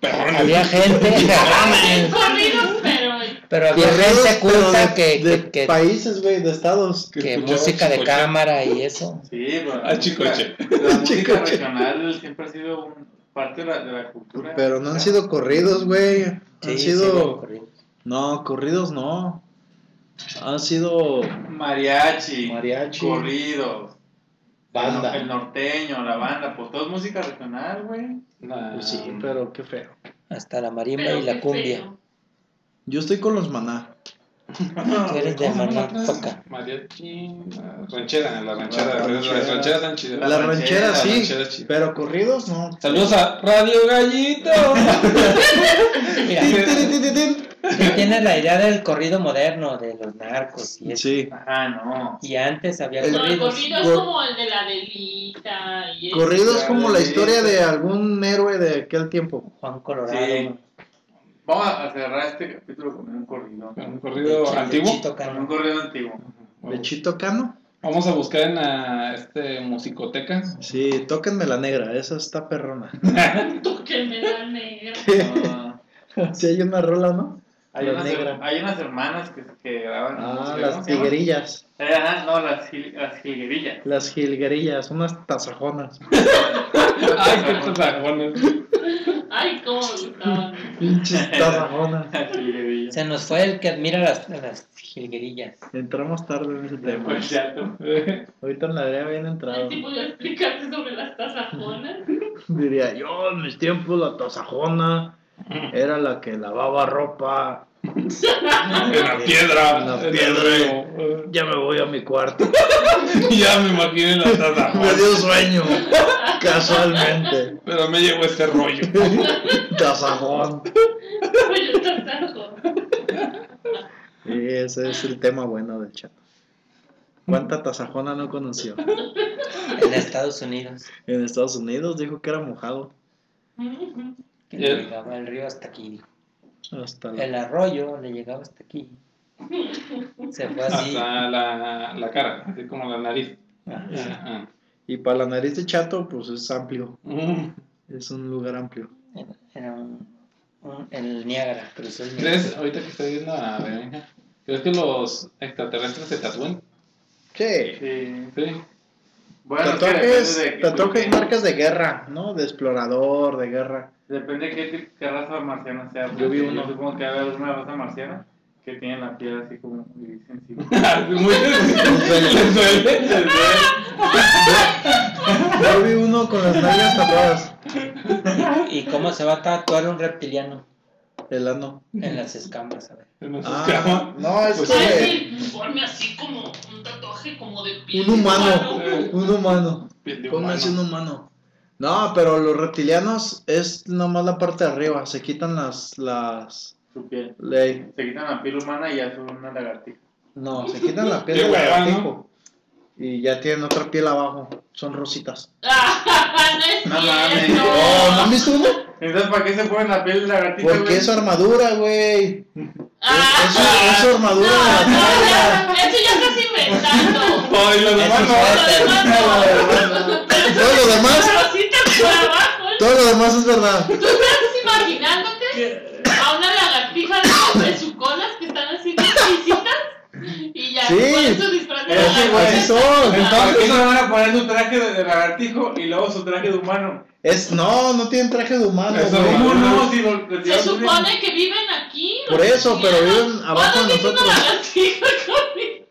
Speaker 7: Perrones.
Speaker 4: había
Speaker 5: <laughs>
Speaker 4: gente,
Speaker 6: Corridos, pero.
Speaker 4: pero había
Speaker 5: Corridos,
Speaker 4: gente
Speaker 5: pero
Speaker 4: culta
Speaker 5: de-
Speaker 4: que,
Speaker 5: de
Speaker 4: que, que-
Speaker 5: países, güey, de estados.
Speaker 7: que
Speaker 4: que
Speaker 7: escuchaba
Speaker 4: música de
Speaker 7: Chicoche.
Speaker 4: cámara y eso.
Speaker 8: Sí, pero la
Speaker 7: Ah, chicoche.
Speaker 8: música- La
Speaker 5: <laughs>
Speaker 8: música
Speaker 5: Chicoche.
Speaker 8: regional siempre ha sido un- parte de la, de la cultura.
Speaker 5: Pero no han sido corridos, güey. Han
Speaker 4: Sí, sí, eran
Speaker 5: sido.
Speaker 4: corridos.
Speaker 5: no, corridos no. Han sido
Speaker 8: Mariachi,
Speaker 5: Mariachi.
Speaker 8: corridos,
Speaker 5: banda.
Speaker 8: el norteño, la banda, pues todo es música regional, güey.
Speaker 7: Nah.
Speaker 5: Pues sí, pero qué feo.
Speaker 4: hasta la marimba
Speaker 6: pero
Speaker 4: y
Speaker 6: qué
Speaker 4: la cumbia.
Speaker 6: feo.
Speaker 5: Yo estoy con los maná.
Speaker 4: Tú eres de
Speaker 7: ¿Cómo se llama la
Speaker 4: Maná,
Speaker 7: plaza?
Speaker 4: toca.
Speaker 7: Mariachi. la Ranchera, la ranchera.
Speaker 5: La ranchera.
Speaker 7: Las rancheras están chidas.
Speaker 5: La, ranchera,
Speaker 7: la
Speaker 5: sí,
Speaker 7: ranchera chida.
Speaker 5: pero corridos no.
Speaker 7: Saludos a Radio Gallito.
Speaker 4: Mira,
Speaker 5: Tin, tin, tin, tin, tin.
Speaker 4: tú tienes la idea del corrido moderno, de los narcos y eso.
Speaker 5: Sí,
Speaker 8: Ajá, no.
Speaker 4: Y antes había
Speaker 5: El-
Speaker 6: No, el
Speaker 4: corridos.
Speaker 6: corrido es
Speaker 5: Cor-
Speaker 6: como el de la delita. Y el-
Speaker 5: corridos como la historia de algún héroe de aquel tiempo.
Speaker 4: Juan Colorado.
Speaker 8: Sí. Vamos a cerrar este capítulo con un corrido,
Speaker 7: Un
Speaker 4: de
Speaker 7: corrido
Speaker 4: Chi- de
Speaker 7: antiguo.
Speaker 4: Chito
Speaker 8: con
Speaker 4: Cano.
Speaker 8: un corrido antiguo.
Speaker 5: ¿De Chito Cano?
Speaker 7: Vamos a buscar en la este, musicotecas.
Speaker 5: Sí, tóquenme la negra, esa está perrona.
Speaker 6: Tú que me da negra.
Speaker 8: Ah,
Speaker 5: Sí, hay una rola, ¿no?
Speaker 8: Hay,
Speaker 5: La
Speaker 8: unas, her-
Speaker 5: negra.
Speaker 8: hay unas hermanas que, que graban.
Speaker 5: Ah, las
Speaker 8: ¿cómo se llama?
Speaker 5: tiguerillas.
Speaker 8: Eh, ajá, no, las, gil- las
Speaker 5: <laughs>
Speaker 8: jilguerillas.
Speaker 5: Las jilguerillas, unas tazajonas.
Speaker 3: Ay, qué tazajones.
Speaker 6: Ay, cómo me gustaban.
Speaker 5: <laughs> Pinches tazajonas.
Speaker 8: Las jilguerillas.
Speaker 4: Se nos fue el que admira las, las jilguerillas.
Speaker 5: Entramos tarde en ese tema.
Speaker 8: Pues ya tú.
Speaker 5: Ahorita en la área bien entrado.
Speaker 6: Si pudiera explicarte sobre las tazajonas.
Speaker 8: pues.
Speaker 5: Diría, yo en mis tiempos la tasajona era la que lavaba ropa.
Speaker 3: En la piedra.
Speaker 5: En la
Speaker 3: en el
Speaker 5: piedra.
Speaker 7: <laughs>
Speaker 3: río.
Speaker 5: Ya me voy a mi
Speaker 8: <laughs>
Speaker 5: cuarto.
Speaker 3: Ya me imaginé la
Speaker 5: Me
Speaker 3: tazajones.
Speaker 5: dio sueño.
Speaker 8: <laughs>
Speaker 5: Casualmente.
Speaker 3: Pero me llegó este rollo.
Speaker 5: Tasajón.
Speaker 6: Oye, tazajonas.
Speaker 5: Y ese es el tema bueno del chat. ¿Cuánta tasajona no conoció?
Speaker 4: En Estados Unidos.
Speaker 5: En Estados Unidos dijo que era mojado.
Speaker 4: Que
Speaker 3: Yeah.
Speaker 4: le llegaba el río hasta aquí.
Speaker 5: Hasta la-
Speaker 4: El arroyo le llegaba hasta aquí. Se fue así.
Speaker 3: Hasta la, la cara, así como la nariz. Ah,
Speaker 5: Y para la nariz de chato, pues es amplio.
Speaker 3: ah.
Speaker 5: Es un lugar amplio.
Speaker 4: Era un, un- el Niágara, cruzó el Niágara.
Speaker 3: ¿Crees, ahorita que estoy viendo a Berenja, ¿crees que los extraterrestres se tatúen?
Speaker 5: Sí.
Speaker 8: Sí.
Speaker 3: Sí. <laughs>
Speaker 8: Bueno, es que
Speaker 5: Tatuajes,
Speaker 8: depende de-
Speaker 3: pues,
Speaker 5: tatuajes
Speaker 8: de-
Speaker 5: marcas de guerra, ¿no? De explorador, de <laughs> guerra.
Speaker 8: Depende de qué, tip- qué raza marciana sea.
Speaker 5: Yo vi
Speaker 8: porque
Speaker 5: uno.
Speaker 8: supongo que hay una raza marciana que tiene la piel así como muy
Speaker 5: <laughs>
Speaker 8: sensible.
Speaker 3: Muy ¿Les duele?
Speaker 5: Yo vi uno con las nalgas tatuadas.
Speaker 4: ¿Y cómo se va a tatuar un reptiliano?
Speaker 5: El ano.
Speaker 4: En las escamas, a ver.
Speaker 3: En sus
Speaker 5: Ah,
Speaker 3: camas.
Speaker 5: no, es
Speaker 3: Pues
Speaker 5: que
Speaker 6: Ay, sí, ponme así como un tatuaje como de piel.
Speaker 5: un humano.
Speaker 3: humano.
Speaker 5: Un humano.
Speaker 3: Piel de humano.
Speaker 5: Pónganse Pues un humano. No, pero los reptilianos es nomás la parte de arriba. Se quitan las. las.
Speaker 8: Su piel.
Speaker 5: ley.
Speaker 8: Se quitan la piel humana y ya son una lagartija.
Speaker 5: No, se quitan la piel
Speaker 3: Qué
Speaker 5: del
Speaker 3: hueva, ¿no?
Speaker 5: lagartijo. Y ya tienen otra piel abajo. Son rositas.
Speaker 6: <laughs> Ah,
Speaker 8: No
Speaker 6: no es
Speaker 8: mames.
Speaker 6: cierto.
Speaker 5: Oh, ¿no han visto uno?
Speaker 8: Entonces, ¿para qué se ponen la piel de lagartija?
Speaker 5: Porque
Speaker 8: güey?
Speaker 5: es su armadura, güey.
Speaker 6: Ah,
Speaker 5: Es, su- es su armadura de la playa.
Speaker 6: no, eso ya estás inventando.
Speaker 3: Ay, los
Speaker 4: Eso
Speaker 3: demás
Speaker 4: es-
Speaker 6: Lo demás no.
Speaker 5: Todo lo demás,
Speaker 6: Las rositas por abajo.
Speaker 5: todo lo demás es verdad.
Speaker 6: ¿Tú estás imaginándote a una lagartija de, de suconas que están así exquisitas? Y ya,
Speaker 5: Sí.
Speaker 6: con eso disfraz de
Speaker 8: Ese güey,
Speaker 5: Así son.
Speaker 8: ¿Para qué
Speaker 5: Entonces,
Speaker 8: se van a poner su traje de, de lagartijo y luego su traje de humano?
Speaker 5: es, no, no tienen traje de humano,
Speaker 3: Eso
Speaker 5: güey.
Speaker 8: ¿Cómo
Speaker 3: no.
Speaker 8: no? Si lo, si
Speaker 6: Se
Speaker 8: lo-
Speaker 6: supone que viven aquí. los
Speaker 5: Por eso, pero
Speaker 6: cristianos.
Speaker 5: viven abajo
Speaker 6: ¿Cuándo
Speaker 5: de
Speaker 6: has visto una
Speaker 5: nosotros.
Speaker 6: lagartija conmigo?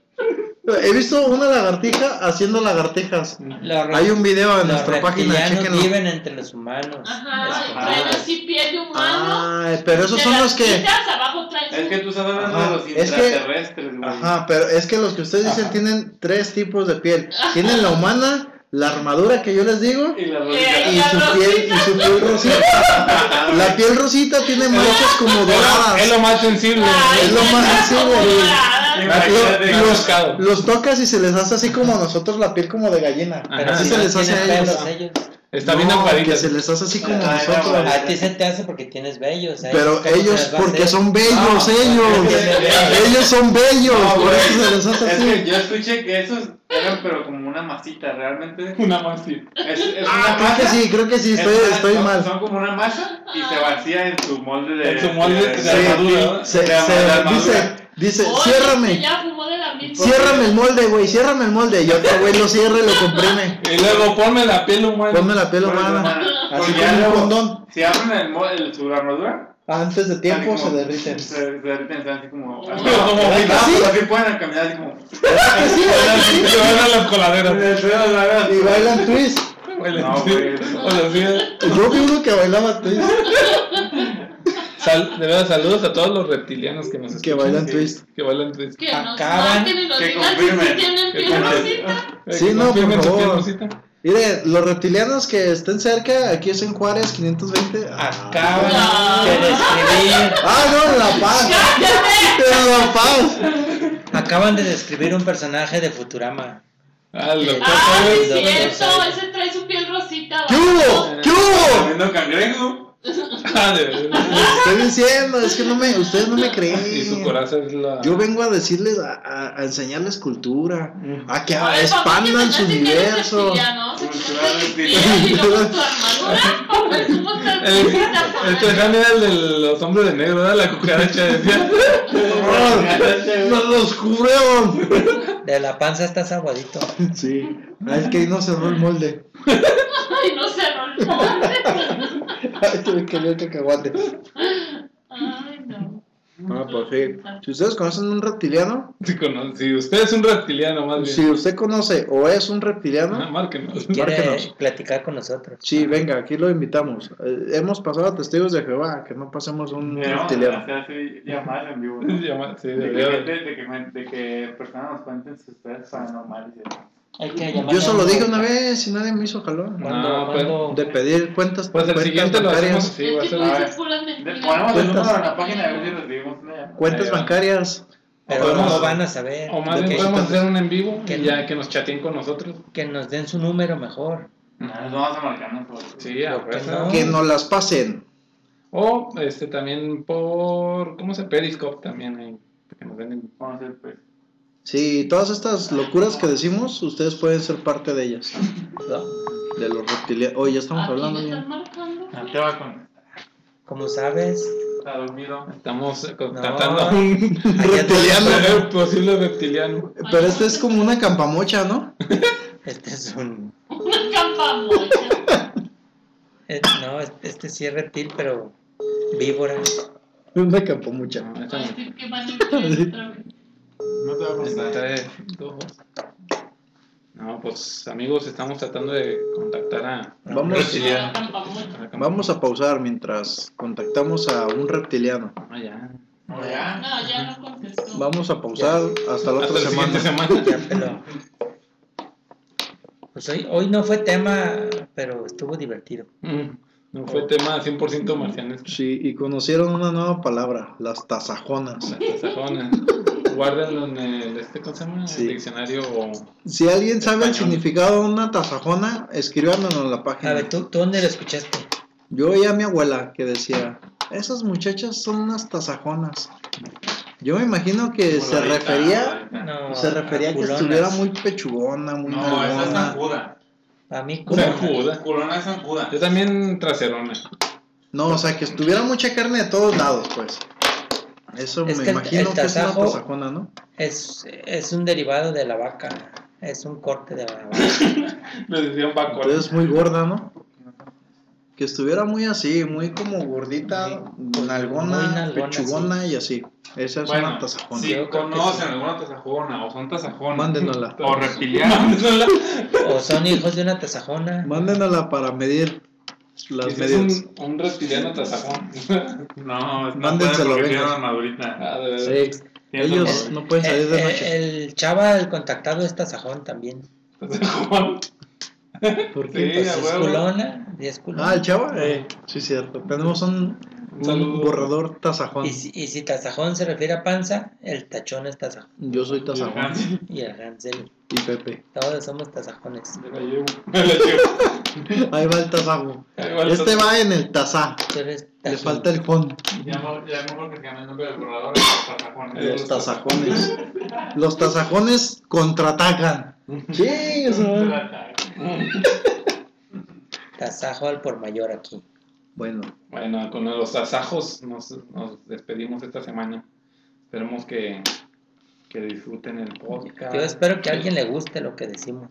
Speaker 5: He visto una lagartija haciendo lagartijas.
Speaker 4: Los re-
Speaker 5: Hay un video
Speaker 4: los
Speaker 5: en nuestra página,
Speaker 4: reptilianos
Speaker 5: chequenlo.
Speaker 4: viven entre los humanos.
Speaker 6: Ajá,
Speaker 4: Es-
Speaker 6: y traen así piel de humano.
Speaker 5: Ah, pero esos
Speaker 6: de
Speaker 5: son
Speaker 6: las
Speaker 5: los que.
Speaker 6: quitas, abajo traen
Speaker 8: Es que tú estás hablando
Speaker 5: Ajá,
Speaker 8: de los
Speaker 5: es que-
Speaker 8: intraterrestres, güey.
Speaker 5: Ajá, pero es que los que ustedes dicen tienen tres tipos de piel. Tienen la humana, la armadura que yo les digo
Speaker 8: Y las
Speaker 5: y
Speaker 8: rositas.
Speaker 6: la
Speaker 5: su piel y
Speaker 6: rosita.
Speaker 5: su piel rosita. La piel rosita tiene manchas como
Speaker 3: Es
Speaker 5: doradas.
Speaker 3: lo más sensible.
Speaker 6: Ay,
Speaker 5: es lo
Speaker 6: no,
Speaker 5: más
Speaker 6: no,
Speaker 5: sensible,
Speaker 6: no,
Speaker 5: güey.
Speaker 6: nada.
Speaker 5: La piel-
Speaker 3: Más
Speaker 5: los,
Speaker 3: tocado.
Speaker 5: los tocas y se les hace así como a nosotros la piel como de gallina.
Speaker 3: Ajá.
Speaker 4: Pero
Speaker 5: Así
Speaker 4: si
Speaker 5: se
Speaker 4: no
Speaker 5: les hace
Speaker 4: tienen
Speaker 5: a ellos.
Speaker 4: pelos ellos.
Speaker 3: Está bien
Speaker 5: No,
Speaker 3: aguadita.
Speaker 5: que se les hace así como
Speaker 8: Ah,
Speaker 5: nosotros.
Speaker 8: no,
Speaker 4: A ti se te hace porque tienes vellos. ¿eh? a
Speaker 5: Pero
Speaker 4: ¿cómo se
Speaker 5: ellos,
Speaker 4: les va a
Speaker 5: porque
Speaker 4: hacer?
Speaker 5: son bellos,
Speaker 4: no,
Speaker 5: ellos.
Speaker 4: no,
Speaker 5: Ellos son bellos,
Speaker 8: No,
Speaker 5: por
Speaker 8: güey.
Speaker 5: eso se les hace
Speaker 8: Es
Speaker 5: así.
Speaker 8: que yo escuché que esos eran pero como una masita, realmente.
Speaker 3: Una más sí.
Speaker 8: Es, es
Speaker 5: Ah,
Speaker 8: una
Speaker 5: creo que
Speaker 8: masa.
Speaker 5: sí, creo que sí,
Speaker 8: es
Speaker 5: estoy,
Speaker 8: una-
Speaker 5: estoy
Speaker 8: son-
Speaker 5: mal.
Speaker 8: Son como una masa y se vacía en su molde de.
Speaker 3: En su molde de
Speaker 5: Sí,
Speaker 3: armadura, ¿no?
Speaker 5: se-
Speaker 8: de la-
Speaker 5: se-
Speaker 8: de la armadura.
Speaker 5: dice, dice,
Speaker 6: Oye, que
Speaker 5: ciérrame,
Speaker 6: Ya fumó de la misma.
Speaker 5: ciérrame el molde, güey, ciérrame el molde. Y otro güey lo cierra y lo comprime.
Speaker 3: Y luego ponme la piel humana.
Speaker 5: Ponme la piel
Speaker 8: Por eso,
Speaker 5: humana.
Speaker 8: humana.
Speaker 5: Así
Speaker 8: Porque ya
Speaker 5: como un
Speaker 8: luego,
Speaker 5: condón.
Speaker 8: Si abren el, mo- el, su armadura,
Speaker 5: Antes de tiempo
Speaker 8: salen
Speaker 5: se
Speaker 8: como-
Speaker 5: derriten.
Speaker 8: Se, se derriten, están así como.
Speaker 6: Pero
Speaker 8: así,
Speaker 3: como
Speaker 8: así,
Speaker 5: bailan.
Speaker 8: así pueden caminar, así como.
Speaker 3: Y se van a las coladeras.
Speaker 5: <laughs> Y bailan twist.
Speaker 8: No, güey.
Speaker 3: O sea, sí.
Speaker 5: Yo vi uno que bailaba twist.
Speaker 3: Sal- de verdad, saludos a todos los reptilianos que nos
Speaker 5: Que
Speaker 3: escuchan.
Speaker 5: bailan
Speaker 3: Sí,
Speaker 5: twist.
Speaker 3: Que bailan twist.
Speaker 6: Que nos
Speaker 4: Acaban
Speaker 6: maten y nos
Speaker 8: que
Speaker 6: digan si
Speaker 8: confirmen.
Speaker 6: sí tienen
Speaker 3: Que
Speaker 6: piel
Speaker 3: confirmen.
Speaker 6: rosita.
Speaker 3: <laughs>
Speaker 5: Sí,
Speaker 3: Eh, Que
Speaker 5: no, por
Speaker 3: confirmen su
Speaker 5: favor.
Speaker 3: piel rosita.
Speaker 5: Mire, los reptilianos que estén cerca, aquí es en Juárez 520.
Speaker 4: Acaban
Speaker 6: No.
Speaker 4: de describir.
Speaker 5: Ah, no, en La Paz. En La Paz.
Speaker 4: Acaban de describir un personaje de Futurama.
Speaker 3: Ah, lo
Speaker 6: Ah, sí,
Speaker 4: Lo
Speaker 6: es cierto.
Speaker 4: sabe.
Speaker 6: Ese trae su piel rosita.
Speaker 5: ¿Qué
Speaker 6: va.
Speaker 5: hubo? ¿Qué hubo?
Speaker 8: Comiendo cangrejo.
Speaker 3: <laughs> Ah, de verdad.
Speaker 5: Les estoy diciendo, es que no me, ustedes no me
Speaker 3: Y Ah, su
Speaker 5: creen.
Speaker 3: corazón es la.
Speaker 5: Yo vengo a decirles, a, a- a enseñarles cultura, a que
Speaker 3: Mm.
Speaker 6: Ay, papá,
Speaker 5: expandan
Speaker 6: que
Speaker 5: su
Speaker 6: se me hace que eres
Speaker 5: universo.
Speaker 6: reptiliano, se me hace
Speaker 8: Cultural
Speaker 6: que eres reptiliano y luego tu basura o presumo
Speaker 3: El,
Speaker 6: transfugistas?
Speaker 3: Eh, el Trejano era el de los hombres de negro, era la cucaracha, decía. <laughs>
Speaker 5: ¡Nos descubrieron!
Speaker 4: De la panza estás aguadito.
Speaker 5: Sí. Ah, es que ahí no cerró el
Speaker 3: <laughs>
Speaker 5: molde.
Speaker 6: Ay, no se rompe.
Speaker 5: Ay, tuve que ver el cacahuate.
Speaker 6: Ay, no.
Speaker 5: Ah, pues sí. Si ustedes conocen un reptiliano,
Speaker 3: Si, cono- si usted es un reptiliano, más bien.
Speaker 5: si usted conoce o es un reptiliano,
Speaker 3: Ah, <laughs>
Speaker 5: <laughs>
Speaker 3: márquenos.
Speaker 4: Quiere
Speaker 5: Márquenos.
Speaker 4: platicar con nosotros.
Speaker 5: sí, venga, aquí lo invitamos. Eh, hemos pasado a testigos de Jehová, que no pasemos un
Speaker 8: Deberíamos
Speaker 5: reptiliano.
Speaker 8: hacer así llamadas en vivo. ¿no?
Speaker 3: Llama- sí,
Speaker 8: De que,
Speaker 3: debería
Speaker 8: gente-
Speaker 3: de-
Speaker 8: de, que, me- de que personas nos cuenten sus historias paranormales. y demás.
Speaker 4: Hay que llamarle
Speaker 5: Yo solo
Speaker 4: a-
Speaker 5: dije una vez y nadie me hizo jalón.
Speaker 4: ¿Cuándo,
Speaker 3: No, pues,
Speaker 4: cuándo-
Speaker 5: De pedir cuentas,
Speaker 3: Pues el
Speaker 5: cuentas
Speaker 3: siguiente lo hacemos.
Speaker 5: bancarias.
Speaker 3: Sí, va a
Speaker 6: es que
Speaker 3: ser.
Speaker 6: tú
Speaker 8: a
Speaker 6: dices puras mentiras.
Speaker 8: Le ponemos el
Speaker 5: Cuentas.
Speaker 8: número en la página a ver si recibimos una llamada.
Speaker 5: Cuentas
Speaker 3: Ahí va.
Speaker 5: bancarias.
Speaker 4: Pero
Speaker 3: pues, podemos-
Speaker 4: no van a saber.
Speaker 3: O más
Speaker 4: de
Speaker 3: bien
Speaker 4: que-
Speaker 3: podemos hacer un en vivo
Speaker 4: ¿Qué?
Speaker 3: y ya que nos chateen con nosotros.
Speaker 4: Que nos den su número mejor.
Speaker 8: Nos vamos a marcar nosotros.
Speaker 3: Sí, a
Speaker 4: ¿Por qué
Speaker 3: fuerza.
Speaker 4: no?
Speaker 5: Que nos las pasen.
Speaker 3: O este también por. ¿Cómo se? Periscope también ahí. Que nos den-
Speaker 8: Vamos a hacer pues.
Speaker 5: Sí, todas estas locuras que decimos, ustedes pueden ser parte de ellas. ¿verdad? De los reptilianos. Oye, ya estamos
Speaker 6: ¿A quién
Speaker 5: hablando.
Speaker 6: estás
Speaker 5: bien.
Speaker 6: marcando?
Speaker 8: No te va a contestar.
Speaker 4: Como sabes,
Speaker 8: Está dormido.
Speaker 3: Estamos eh,
Speaker 4: No.
Speaker 3: contactando a
Speaker 5: <laughs>
Speaker 3: un
Speaker 4: Allá
Speaker 3: <laughs>
Speaker 4: te-
Speaker 3: reptiliano, posible reptiliano.
Speaker 5: Pero este es como una campamocha, ¿no?
Speaker 4: este es un.
Speaker 6: <laughs> Una campamocha.
Speaker 4: eh, no, este, este sí es reptil, pero víbora.
Speaker 5: <laughs> Una campamocha.
Speaker 3: No, esta
Speaker 6: Va a
Speaker 3: no.
Speaker 6: decir que van a ir otra vez.
Speaker 8: No te va a
Speaker 3: En
Speaker 8: contestar.
Speaker 3: tres, Este, dos. No, pues amigos, estamos tratando de contactar a.
Speaker 5: Vamos,
Speaker 6: Una campamocha.
Speaker 3: a-
Speaker 5: vamos a pausar mientras contactamos a un reptiliano.
Speaker 3: Ah, ya.
Speaker 8: No, ya.
Speaker 6: No, ya no contestó.
Speaker 5: Vamos a pausar hasta la
Speaker 3: Hasta
Speaker 5: otra
Speaker 3: la siguiente
Speaker 5: semana.
Speaker 3: semana.
Speaker 4: Ya, pero- Pues hoy, hoy no fue tema, pero estuvo divertido.
Speaker 3: Mm, No fue tema 100% marcianes.
Speaker 5: Sí, y conocieron una nueva palabra, las tasajonas.
Speaker 3: Las sajonas. Guárdenlo en el este, ¿cómo se llama?
Speaker 5: Sí.
Speaker 3: El diccionario o.
Speaker 5: Si alguien sabe el
Speaker 3: Español.
Speaker 5: significado de una tasajona, escríbanos en la
Speaker 4: A
Speaker 5: página.
Speaker 4: ver, ¿tú, tú dónde lo escuchaste?
Speaker 5: Yo oía a mi abuela que decía, esas muchachas son unas tasajonas. Yo me imagino que Eh, se
Speaker 8: Ahorita,
Speaker 5: refería,
Speaker 8: ahorita.
Speaker 4: No,
Speaker 5: se refería a que
Speaker 4: culonas.
Speaker 5: estuviera muy pechugona, muy
Speaker 2: No, esa es
Speaker 5: nalgona.
Speaker 2: zancuda.
Speaker 4: A mí,
Speaker 3: O sea,
Speaker 4: culonas.
Speaker 3: juda.
Speaker 2: Culona es zancuda.
Speaker 3: Yo también traserona.
Speaker 5: No, o sea, que estuviera mucha carne de todos lados, pues. Eso
Speaker 4: Es
Speaker 5: me
Speaker 4: que el-
Speaker 5: imagino
Speaker 4: el
Speaker 5: que es una
Speaker 4: tasajo-
Speaker 5: tasajona, ¿no?
Speaker 4: Es, es un derivado de la vaca. Es un corte de la vaca.
Speaker 3: Les decían Paco.
Speaker 5: Entonces muy gorda, ¿no? Que estuviera muy así, muy como gordita,
Speaker 4: Muy- muy
Speaker 5: nalgona,
Speaker 4: nalgona,
Speaker 5: pechugona y así. Esa es una
Speaker 8: Bueno,
Speaker 5: tasajona.
Speaker 8: si
Speaker 4: Yo creo que
Speaker 8: conocen
Speaker 4: sí.
Speaker 8: alguna tasajona o son tasajonas
Speaker 5: Mándenosla.
Speaker 8: o reptilianos,
Speaker 4: O son hijos de una tasajona.
Speaker 5: Mándenosla para medir las
Speaker 3: Ese
Speaker 5: medidas.
Speaker 3: es un, un reptiliano tasajón.
Speaker 8: <laughs> no, es
Speaker 5: Mándenselo,
Speaker 8: porque
Speaker 5: venga.
Speaker 8: tienen armadurita.
Speaker 3: Ah, de verdad.
Speaker 5: Sí,
Speaker 8: Tienen
Speaker 5: ellos
Speaker 8: armadurita.
Speaker 5: no pueden salir
Speaker 4: Eh,
Speaker 5: de
Speaker 4: eh,
Speaker 5: noche.
Speaker 4: el chava, el contactado, es tasajón también.
Speaker 3: Tasajón.
Speaker 5: ¿Por
Speaker 3: sí,
Speaker 5: qué?
Speaker 4: Pues
Speaker 3: a
Speaker 4: es
Speaker 3: huevo.
Speaker 4: culona. y es culona.
Speaker 5: Ah, el chava. Eh, sí, cierto. Tenemos un, un
Speaker 3: saludo.
Speaker 5: borrador tasajón.
Speaker 4: Y si, y si tasajón se refiere a panza, el tachón es tasajón.
Speaker 5: Yo soy tasajón.
Speaker 4: Y el Hansel.
Speaker 5: Y Pepe.
Speaker 4: Todos somos tasajones.
Speaker 3: Me la llevo. <laughs> Me la llevo.
Speaker 5: Ahí va el tasajo.
Speaker 3: Ahí va el
Speaker 5: Este
Speaker 3: tasajo.
Speaker 5: va en el tasá.
Speaker 4: Tú eres
Speaker 5: Le
Speaker 4: tajín.
Speaker 5: falta el jón.
Speaker 8: Ya mo- ya mejor que se llame el nombre del borrador los tasajones.
Speaker 5: Los tasajones. Los tasajones contraatacan. Sí, eso.
Speaker 4: Tasajo al por mayor aquí.
Speaker 5: Bueno,
Speaker 3: Bueno, con los tasajos nos, nos despedimos esta semana. Esperemos que, que disfruten el podcast.
Speaker 4: Yo espero que a alguien le guste lo que decimos.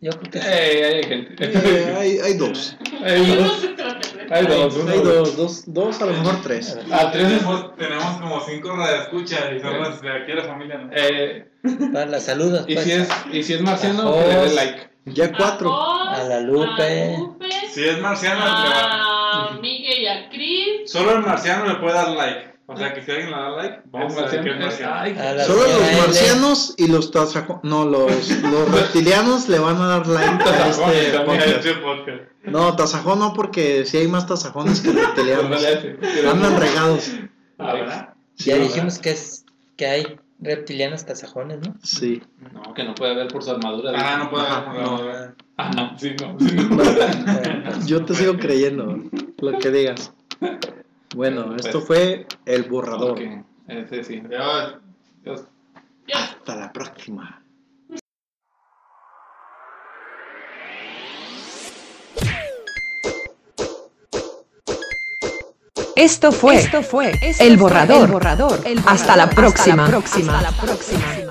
Speaker 4: Yo creo que sí.
Speaker 3: Ey, hay gente.
Speaker 5: eh, hay, hay dos.
Speaker 3: <laughs> Hay
Speaker 6: Yo no
Speaker 3: dos.
Speaker 6: sé tratar.
Speaker 3: Hay dos. uno,
Speaker 5: Hay dos, dos, dos, a lo mejor
Speaker 4: A
Speaker 5: tres.
Speaker 4: ver,
Speaker 3: A tres.
Speaker 8: Tenemos, tenemos como cinco radioescuchas y son las de aquí de la familia. ¿no?
Speaker 3: Eh,
Speaker 4: para las saludos,
Speaker 3: y,
Speaker 4: pues,
Speaker 3: si es, y si es marciano, que le dé like.
Speaker 5: Ya cuatro.
Speaker 6: A
Speaker 4: A
Speaker 6: la
Speaker 4: la Lupe.
Speaker 6: Lupe,
Speaker 8: Si es marciano, le
Speaker 3: Ah.
Speaker 8: va-
Speaker 6: a Miguel y a Cris.
Speaker 8: solo el marciano le puede dar like. O sea que si alguien le da like, vamos a decir que es marciano.
Speaker 3: Ay,
Speaker 4: A la
Speaker 5: Solo
Speaker 4: señora
Speaker 5: los
Speaker 4: L.
Speaker 5: marcianos y los tasajones. No, los, los reptilianos le van a dar like a
Speaker 3: Tasajones
Speaker 5: este
Speaker 3: también.
Speaker 5: podcast.
Speaker 8: Este podcast.
Speaker 5: No, tasajón no, porque si hay más tasajones que
Speaker 3: <laughs>
Speaker 5: reptilianos. Andan
Speaker 3: Andan
Speaker 5: regados.
Speaker 8: Ah, ¿verdad?
Speaker 4: Ya dijimos que es que hay reptilianos tasajones, ¿no?
Speaker 5: Sí.
Speaker 3: No, que no puede haber por su armadura.
Speaker 8: Ah, no puede
Speaker 5: Ajá,
Speaker 8: haber borrador.
Speaker 3: Ah, no, sí, no. sí, no. <laughs>
Speaker 5: Yo te sigo creyendo lo que digas. Bueno, esto fue el borrador.
Speaker 3: Ok,
Speaker 8: Este,
Speaker 3: ese sí.
Speaker 8: Adiós.
Speaker 3: Dios.
Speaker 5: Hasta la próxima.
Speaker 11: Esto fue, el borrador. Hasta la próxima. Hasta la próxima.